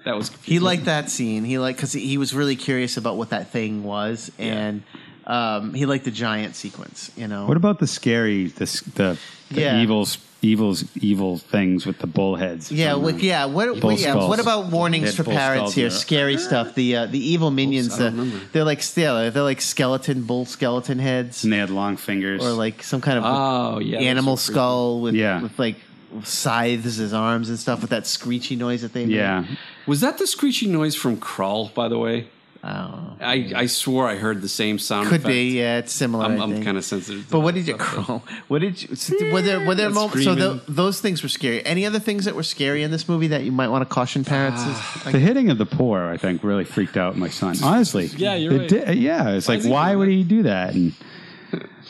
C: That was
A: he liked that scene. He liked because he was really curious about what that thing was, and um, he liked the giant sequence. You know,
B: What about the scary, the s- the, the
A: Yeah.
B: evils, evils, evil things with the bullheads?
A: Yeah,
B: from,
C: Mm-hmm.
A: with
B: uh,
A: yeah. What
B: Bull
A: what- yeah,
B: skulls.
A: what about warnings
B: Dead
A: for
B: bull
A: parents
B: skulls,
A: here?
B: yeah.
A: Scary stuff. The uh, the evil minions.
C: I don't
A: uh,
C: remember.
A: they're like yeah, they're like skeleton bull skeleton heads,
B: And they had long fingers.
A: or like some kind of
C: Oh Hmm. yeah, those
A: animal
C: are freaky.
A: skull with
B: Yeah.
A: with like scythes as arms and stuff with that screechy noise that they make.
B: yeah,
C: Was that the screeching noise from Crawl? By the way,
A: I don't know.
C: I, I swore I heard the same sound.
A: Could
C: effect.
A: be yeah, it's similar.
C: I'm,
A: I
C: I'm
A: think.
C: kind of sensitive. to
A: But
C: that
A: what did you
C: stuff, though.
A: crow? What did you? so Were there were there
C: And
A: moments? So tho-
C: screaming.
A: those things were scary. Any other things that were scary in this movie that you might want to caution parents?
C: Ah.
A: is, like,
B: the hitting of the poor, I think, really freaked out my son. Honestly,
C: Yeah, you're
B: It
C: right.
B: did- yeah, it's
C: is
B: like,
C: he
B: why
C: doing
B: would
C: that?
B: he do that? And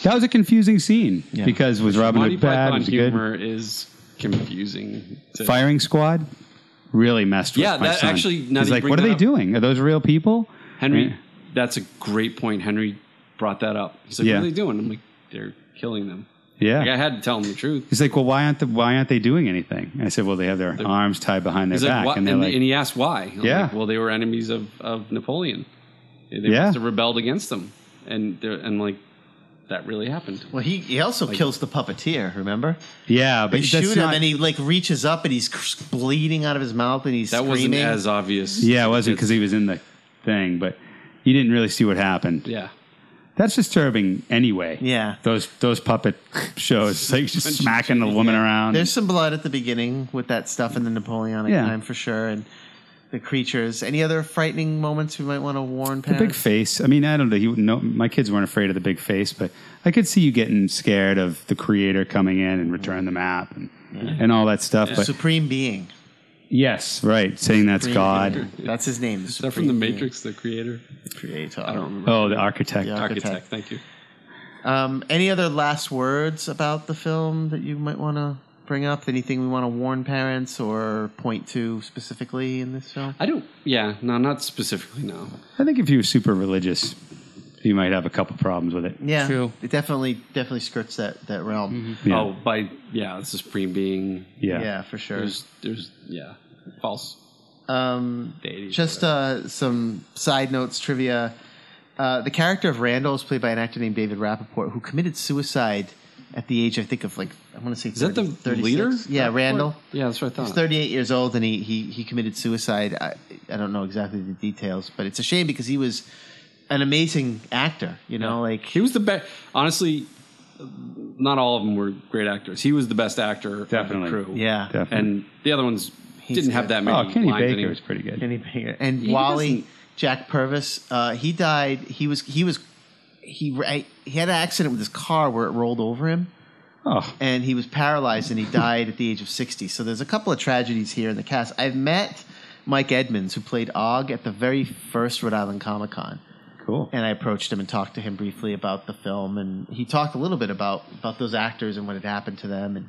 B: that was a confusing scene
A: Yeah.
B: because was Robin
C: Monty
B: Hood bad?
C: Python
B: Was he good?
C: humor is confusing. to-
B: Firing Squad really messed
C: Yeah,
B: with my
C: that
B: son.
C: actually- now
B: He's
C: that you
B: like,
C: bring
B: what are
C: that
B: they
C: up-
B: doing? Are those real people?
C: Henry,
B: Yeah.
C: that's a great point. Henry brought that up. He's like,
B: Yeah.
C: "What are they doing?" I'm like, "They're killing them."
B: Yeah.
C: Like, I had to tell him the truth.
B: He's like, well, why aren't the, why aren't they doing anything? And I said, well, they have their arms tied behind their
C: He's
B: back,
C: like, "What?"
B: and
C: And,
B: they're like,
C: and he asked why. I'm
B: Yeah.
C: like, well, they were enemies of, of Napoleon. They
B: Yeah.
C: must have rebelled against them, and they're- and like that really happened.
A: well, he he also kills the puppeteer. Remember?
B: yeah,
A: They
B: but that's
A: shoot him,
B: not-
A: and he like reaches up, and he's cr- bleeding out of his mouth, and he's
C: That wasn't
A: screaming.
C: as obvious.
B: yeah, it wasn't because he was in the thing, but you didn't really see what happened.
C: Yeah.
B: That's disturbing anyway.
A: Yeah.
B: Those those puppet shows, it's like just smacking the woman around.
A: There's some blood at the beginning with that stuff in the Napoleonic
B: Yeah.
A: time for sure, and the creatures. Any other frightening moments we might want to warn
B: the
A: parents?
B: big face. I mean, I don't know. He, no, my kids weren't afraid of the big face, but I could see you getting scared of the creator coming in and return the map and, and all that stuff. But
A: Supreme being.
B: yes, right, saying that's God.
A: That's his name.
C: Is that from The Matrix, the creator?
A: Creator.
C: I don't remember.
B: Oh, the architect.
A: Yeah.
C: Architect.
A: Architect.
C: thank you.
A: Um, any other last words about the film that you might want to bring up? Anything we want to warn parents or point to specifically in this film?
C: I don't, yeah, no, not specifically, no.
B: I think if you were super religious, you might have a couple problems with it.
A: Yeah,
D: True.
A: it definitely definitely skirts that that realm.
B: Yeah.
C: Oh, by, yeah, the Supreme Being.
B: yeah.
A: Yeah, for sure.
C: There's, there's, yeah, false
A: Um,
C: deities.
A: Just uh, some side notes, trivia. Uh, the character of Randall is played by an actor named David Rappaport, who committed suicide at the age, I think, of like I want to say. Is
C: that the leader?
A: Yeah, Randall.
C: yeah, that's what I thought.
A: He's 38 years old and he, he, he committed suicide. I, I don't know exactly the details, but it's a shame because he was an amazing actor. You know, like
C: He was the best. Honestly, not all of them were great actors. He was the best actor
B: Definitely.
C: of the crew.
A: yeah,
B: Definitely.
C: And the other ones didn't have
A: good.
C: that many.
B: Oh, Kenny
C: lines
B: Baker
C: anyway.
B: was pretty good.
A: Kenny Baker and
C: He
A: Wally
C: doesn't-
A: Jack Purvis. Uh, he died. He was he was he ra- he had an accident with his car where it rolled over him.
B: Oh,
A: and he was paralyzed and he died at the age of 60. So there's a couple of tragedies here in the cast. I've met Mike Edmonds, who played Og at the very first Rhode Island Comic Con.
B: Cool.
A: And I approached him and talked to him briefly about the film, and he talked a little bit about about those actors and what had happened to them, and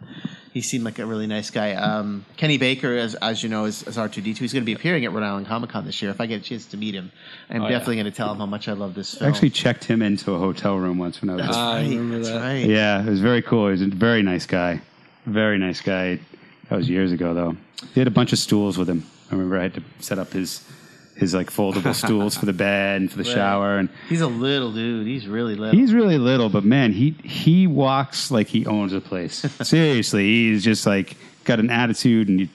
A: he seemed like a really nice guy. Um, Kenny Baker, as as you know, is, is R two D two. He's going to be appearing at Rhode Island Comic Con this year. If I get a chance to meet him, I'm definitely going to tell him how much I love this
B: I
A: film.
B: Oh, actually checked him into a hotel room once when I was.
A: that's
C: I
A: right.
C: remember
A: that's
C: that.
A: right.
B: yeah, it was very cool. He's a very nice guy. Very nice guy. That was years ago though. They had a bunch of stools with him. I remember I had to set up his his like foldable stools for the bed and for the shower and
A: He's a little dude. He's really little.
B: He's really little, but man, he he walks like he owns the place. Seriously, he's just like got an attitude, and he,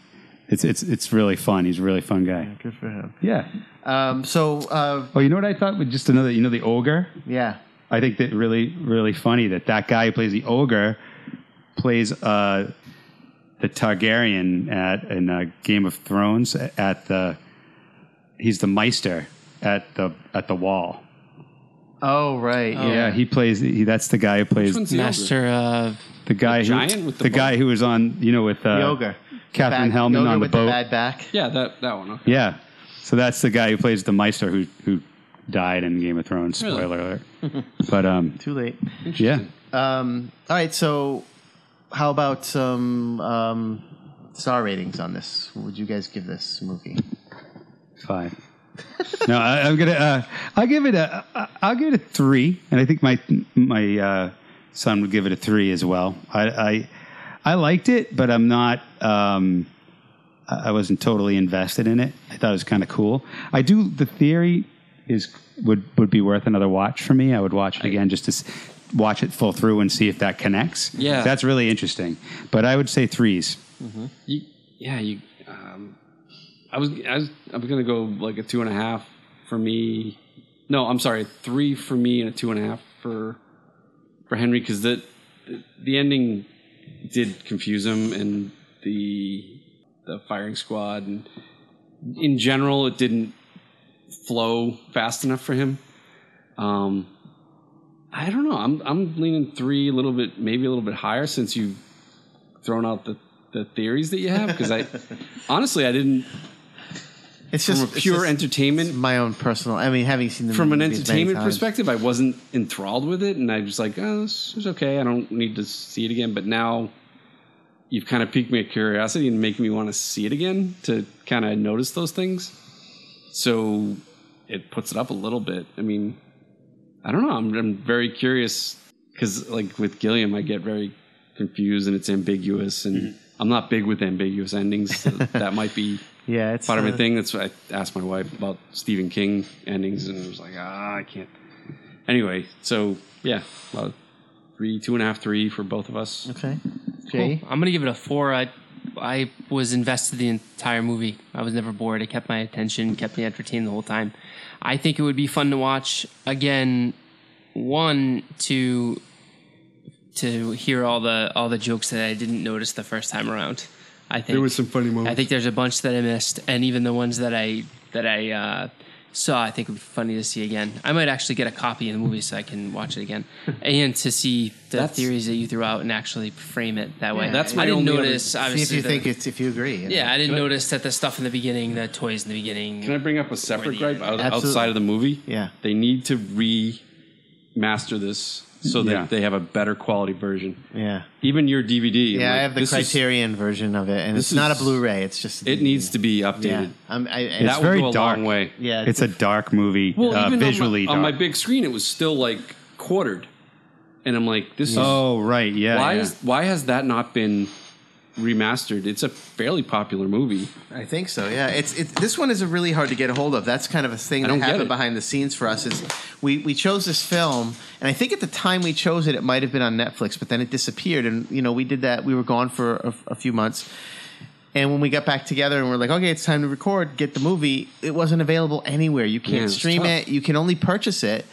B: it's it's it's really fun. He's a really fun guy.
A: good for him.
B: Yeah.
A: Um, so uh,
B: Oh, you know what I thought? With just another, you know, the ogre.
A: yeah,
B: I think that really really funny that that guy who plays the ogre plays uh the Targaryen at in uh, Game of Thrones at the he's the Meister at the at the wall.
A: Oh right,
B: Yeah, he plays. He, that's the guy who plays
C: one's the
D: Master of
B: The guy
C: The
B: who,
C: giant with the
B: the guy
C: bow.
B: who was on, you know, with uh,
A: the ogre.
B: Catherine
A: Bad-
B: Hellman
A: ogre
B: on the
A: with
B: boat.
A: The bad back.
C: Yeah, that that one. Okay.
B: yeah, so that's the guy who plays the Meister who who died in Game of Thrones.
C: Really?
B: Spoiler alert. but um,
A: Too late.
B: yeah,
A: Um, all right, so how about some um, star ratings on this? What would you guys give this movie?
B: five. no, I, I'm gonna. Uh, I'll give it a. I- I'll give it a three, and I think my my uh, son would give it a three as well. I I, I liked it, but I'm not. Um, I I wasn't totally invested in it. I thought it was kind of cool. I do. The theory is would would be worth another watch for me. I would watch it again just to s- watch it full through and see if that connects.
C: Yeah.
B: that's really interesting. But I would say threes.
C: You, yeah, you. Um, I was I was I was gonna go like a two and a half for me. No, I'm sorry, three for me and a two and a half for for Henry because the, the the ending did confuse him and the the firing squad and in general it didn't flow fast enough for him. Um, I don't know. I'm I'm leaning three, a little bit, maybe a little bit higher since you've thrown out the, the theories that you have. Because I honestly, I didn't
A: It's
C: from a
A: it's
C: pure
A: it's
C: entertainment,
A: my own personal. I mean, having seen the
C: from an
A: movies Mm, many
C: entertainment
A: times.
C: perspective, I wasn't enthralled with it, and I was like, oh, this is okay. I don't need to see it again. But now you've kind of piqued my curiosity and making me want to see it again to kind of notice those things. So it puts it up a little bit. I mean, I don't know. I'm, I'm very curious because, like with Gilliam, I get very confused and it's ambiguous, and
A: Mm-hmm.
C: I'm not big with ambiguous endings. So that might be
A: yeah, it's
C: part of my
A: uh,
C: thing. That's what I asked my wife about Stephen King endings, and I was like, ah, I can't. Anyway, so yeah, about three, two and a half, three for both of us.
A: Okay,
D: Cool.
A: Jay,
D: I'm gonna give it a four. I I was invested the entire movie. I was never bored. It kept my attention, kept me entertained the whole time. I think it would be fun to watch again. One to to hear all the all the jokes that I didn't notice the first time around. I think there was some funny moments. I think there's a bunch that I missed, and even the ones that I that I uh, saw, I think would be funny to see again. I might actually get a copy of the movie so I can watch it again, and to see the
C: That's-
D: theories that you threw out and actually frame it that way.
A: Yeah, That's
C: my
D: I didn't
C: only other-
D: notice.
A: see if
D: obviously,
A: you
D: the-
A: think it's if you agree. you know.
D: yeah, I didn't notice that the stuff in the beginning, the toys in the beginning.
C: Can I bring up a separate gripe out,
A: Absolutely.
C: outside of the movie?
A: Yeah.
C: they need to remaster this so that
B: Yeah.
C: they have a better quality version.
A: yeah,
C: Even your DVD. I'm
A: yeah.
C: like,
A: I have the
C: this is-
A: Criterion version of it, and
C: this
A: it's not a
C: is-
A: Blu-ray. It's just
C: it needs to be updated.
A: Yeah, I'm, I, and
B: It's
C: That
B: very
C: would go a
B: dark.
C: long way.
A: yeah,
B: It's a dark movie,
C: Well,
B: uh,
C: even
B: visually
C: on my, on
B: dark.
C: my big screen, it was still like quartered, and I'm like, this is
B: oh right, yeah.
C: why
B: yeah.
C: is why has that not been remastered? It's a fairly popular movie.
A: I think so. Yeah, it's it, this one is really hard to get a hold of. That's kind of a thing that
C: don't get
A: happened
C: it.
A: behind the scenes for us. Is we we chose this film, and I think at the time we chose it, it might have been on Netflix, but then it disappeared. And you know, we did that. We were gone for a, a few months, and when we got back together, and we're like, okay, it's time to record, get the movie. It wasn't available anywhere. You can't
C: Yeah, it's
A: stream
C: tough.
A: it. You can only purchase it.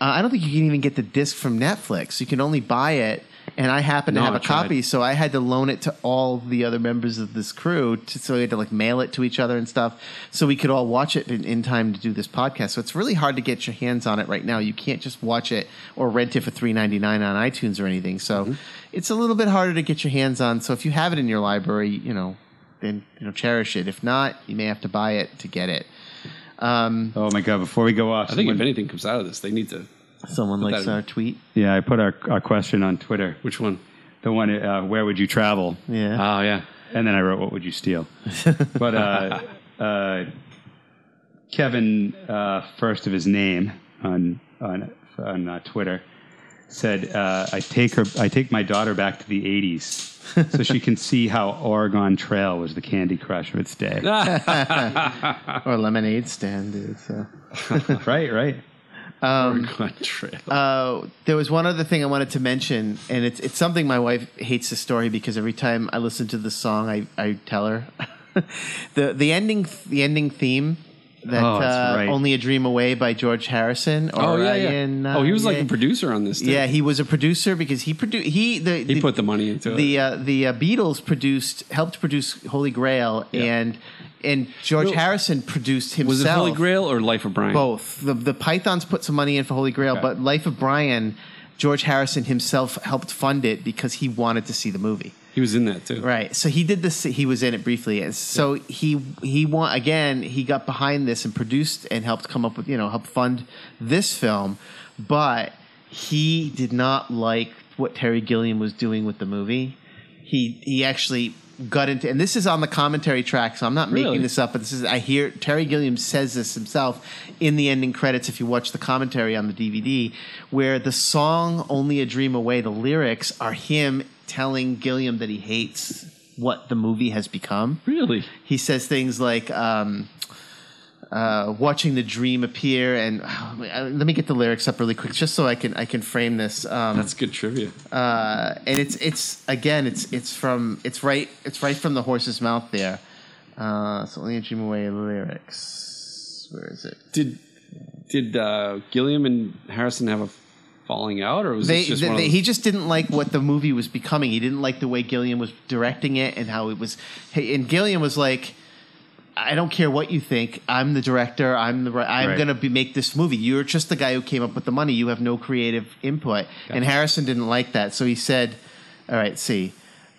A: Uh, I don't think you can even get the disc from Netflix. You can only buy it. And I happen to
C: No,
A: have
C: I
A: a
C: tried.
A: copy, so I had to loan it to all the other members of this crew. To, so we had to like mail it to each other and stuff, so we could all watch it in, in time to do this podcast. So it's really hard to get your hands on it right now. You can't just watch it or rent it for three ninety nine on Mm-hmm. iTunes or anything. So it's a little bit harder to get your hands on. So if you have it in your library, you know, then you know cherish it. If not, you may have to buy it to get it. Um,
B: Oh my god! Before we go off,
C: I think if
B: someone-
C: anything comes out of this, they need to.
A: someone likes
C: that in-
A: our tweet.
B: yeah, I put our, our question on Twitter.
C: Which one?
B: The one, uh, where would you travel?
A: Yeah.
C: Oh yeah.
B: And then I wrote, "What would you steal?" But uh, uh, Kevin, uh, first of his name on on on uh, Twitter, said, uh, "I take her. I take my daughter back to the '80s, so she can see how Oregon Trail was the Candy Crush of its day."
A: or lemonade stand, dude. So.
B: right, right.
C: Oregon Trail.
A: Uh, there was one other thing I wanted to mention, and it's it's something my wife hates the story because every time I listen to the song, I, I tell her the the ending the ending theme that
B: Oh, that's
A: uh,
B: right.
A: "Only a Dream Away" by George Harrison.
C: oh yeah,
A: Orion,
C: yeah.
A: uh,
C: Oh, he was like
A: yeah.
C: a producer on this. Too.
A: Yeah, he was a producer because he produced he the
C: He put the money into it.
A: the uh, the uh, Beatles produced helped produce Holy Grail and and George
C: No.
A: Harrison produced himself.
C: was it Holy Grail or Life of Brian?
A: Both the the Pythons put some money in for Holy Grail, but Life of Brian, George Harrison himself helped fund it because he wanted to see the movie.
C: He was in that too.
A: Right. So he did this. He was in it briefly. And so he he want again. He got behind this and produced and helped come up with you know help fund this film, but he did not like what Terry Gilliam was doing with the movie. He he actually got into and this is on the commentary track, so I'm not
C: Really?
A: making this up. But this is I hear Terry Gilliam says this himself in the ending credits. If you watch the commentary on the DVD, where the song "Only a Dream Away," the lyrics are him telling Gilliam that he hates what the movie has become.
C: Really?
A: He says things like, um, uh, "Watching the dream appear," and let me get the lyrics up really quick, just so I can I can frame this. Um,
C: That's good trivia.
A: uh, and it's it's again it's it's from it's right it's right from the horse's mouth there. Uh, so only a dream away lyrics. Where is it?
C: Did did uh, Gilliam and Harrison have a falling out, or was
A: They,
C: this just
A: they-
C: one of
A: they-
C: those-
A: he just didn't like what the movie was becoming. He didn't like the way Gilliam was directing it and how it was. hey, And Gilliam was like, "I don't care what you think. I'm the director. I'm the. ri- I'm
B: Right.
A: gonna be, make this movie. You're just the guy who came up with the money. You have no creative input." And Harrison didn't like that, so he said, "All right, see."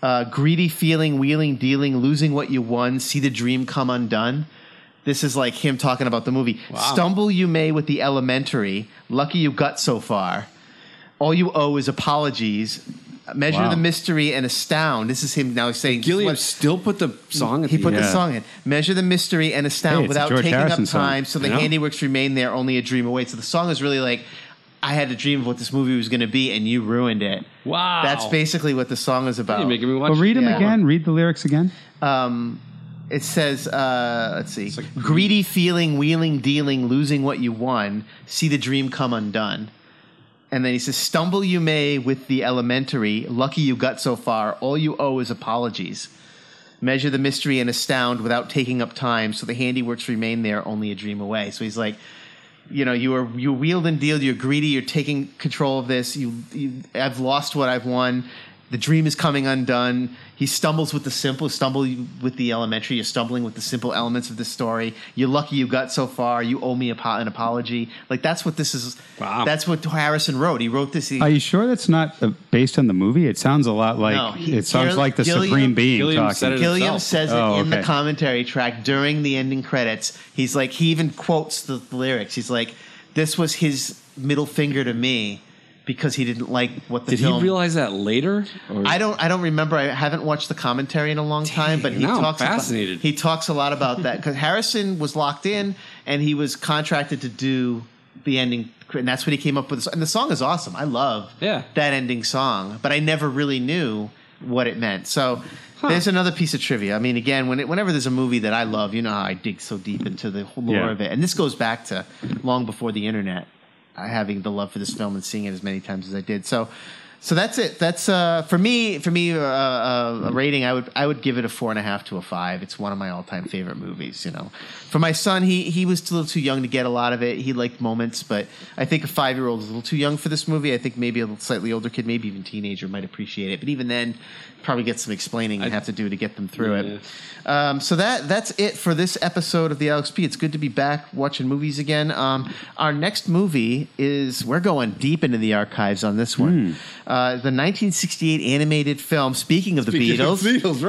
A: Uh, greedy feeling, wheeling, dealing, losing what you won, see the dream come undone. This is like him talking about the movie. Stumble you may with the elementary, lucky you got so far. All you owe is apologies. Measure
B: Wow.
A: the mystery and astound. This is him now saying
C: Gilliam
A: what-
C: still put the song? At
A: he
C: the
A: put
C: end?
A: the
B: Yeah.
A: song in. Measure the mystery and astound
B: Hey, it's a
A: without
B: George
A: taking
B: Harrison
A: up
B: song.
A: time, so the
C: Yeah.
A: handiworks remain there, only a dream away. So the song is really like, I had a dream of what this movie was going to be, and you ruined it.
C: Wow.
A: That's basically what the song is about.
C: You're making me watch.
B: Well, read them
A: Yeah.
B: again. Read the lyrics again.
A: um, it says, uh, let's see, greedy feeling, wheeling, dealing, losing what you won, see the dream come undone. And then he says, stumble you may with the elementary, lucky you got so far, all you owe is apologies. Measure the mystery and astound without taking up time, so the handiworks remain there, only a dream away. So he's like, you know, you are you wheeled and dealed. You're greedy. You're taking control of this. You, you I've lost what I've won. The dream is coming undone. He stumbles with the simple, stumble you- with the elementary. You're stumbling with the simple elements of this story. You're lucky you got so far. You owe me a, po- an apology. Like that's what this is.
C: Wow.
A: That's what Harrison wrote. He wrote this. He,
B: Are you sure that's not uh, based on the movie? It sounds a lot like
A: No, he-
B: it sounds
A: Gil-
B: like the
A: Gilliam-
B: supreme being
C: Gilliam
B: talking.
C: said it
A: Gilliam
C: himself.
A: says it
B: Oh,
A: in the
B: okay.
A: commentary track during the ending credits. He's like, he even quotes the lyrics. He's like, this was his middle finger to me because he didn't like what the
C: Did
A: film.
C: he realize that later? Or
A: I don't. I don't remember. I haven't watched the commentary in a long time, but he
C: now I'm
A: talks. about-
C: fascinated.
A: he talks a lot about that because Harrison was locked in and he was contracted to do the ending, and that's what he came up with. And the song is awesome. I love
C: Yeah.
A: that ending song, but I never really knew what it meant. So there's another piece of trivia. I mean, again, when it, whenever there's a movie that I love, you know how I dig so deep into the whole lore
B: Yeah.
A: of it, and this goes back to long before the internet. I having the love for this film and seeing it as many times as I did. So, so that's it. That's uh, for me. For me, uh, uh, a rating. I would I would give it a four and a half to a five. It's one of my all time favorite movies. You know, for my son, he he was a little too young to get a lot of it. He liked moments, but I think a five year old is a little too young for this movie. I think maybe a slightly older kid, maybe even teenager, might appreciate it. But even then, probably get some explaining you have to do to get them through it. Um, so that that's it for this episode of the Alex P. It's good to be back watching movies again. Um, our next movie is we're going deep into the archives on this one. Uh, Uh, the 1968 animated film, speaking of the Beatles,
C: Beatles,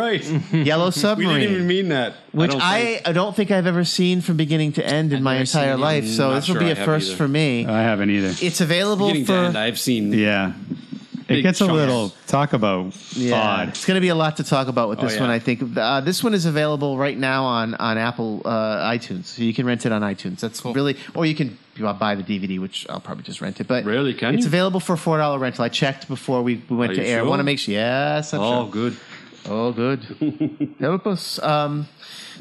C: right?
A: Yellow
C: we
A: Submarine.
C: didn't even mean that.
A: which
C: don't
A: I,
C: think-
A: I don't think I've ever seen from beginning to end in
D: I've
A: my
D: never seen
A: entire
D: it.
A: life, so
C: Not
A: this
C: sure
A: will be
C: I
A: a
C: have
A: first
C: either. Uh,
A: for me.
B: I haven't either.
A: it's available
C: beginning to
A: for
C: end, I've seen.
B: Yeah. It
C: Big
B: gets a
C: chunks.
B: little talk about odd.
A: It's going to be a lot to talk about with
C: Oh,
A: this
C: yeah.
A: one. I think uh, this one is available right now on on Apple uh, iTunes, so you can rent it on iTunes. That's really, or you can buy the DVD, which I'll probably just rent it. But
C: Really? Can
A: it's
C: you?
A: available for four dollar rental. I checked before we, we went
C: Are
A: to
C: you
A: air. I
C: sure?
A: want to make sure. Yes, I'm
C: Oh,
A: sure.
C: good.
A: Oh, good. Help us. Um,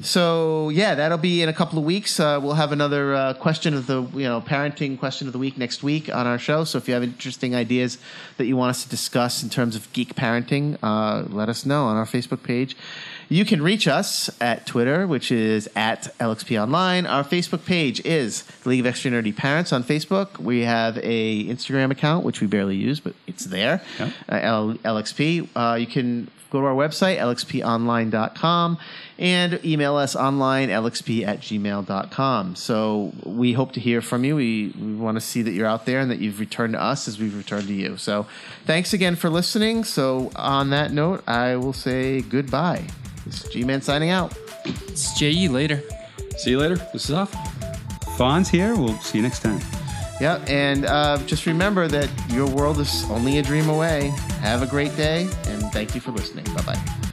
A: so yeah, that'll be in a couple of weeks. Uh, we'll have another uh, question of the you know parenting question of the week next week on our show. So if you have interesting ideas that you want us to discuss in terms of geek parenting, uh, let us know on our Facebook page. You can reach us at Twitter, which is at LXP Online. Our Facebook page is the League of Extra Nerdy Parents on Facebook. We have a Instagram account which we barely use, but it's there. Uh, L- LXP. Uh, you can go to our website lxponline.com and email us online lxp at gmail.com so we hope to hear from you we, we want to see that you're out there and that you've returned to us as we've returned to you so thanks again for listening so on that note i will say goodbye this is g-man signing out
D: It's JE later.
C: See you later. This is off.
B: Fawn's here. We'll see you next time.
A: yep and uh, just remember that your world is only a dream away have a great day and thank you for listening bye-bye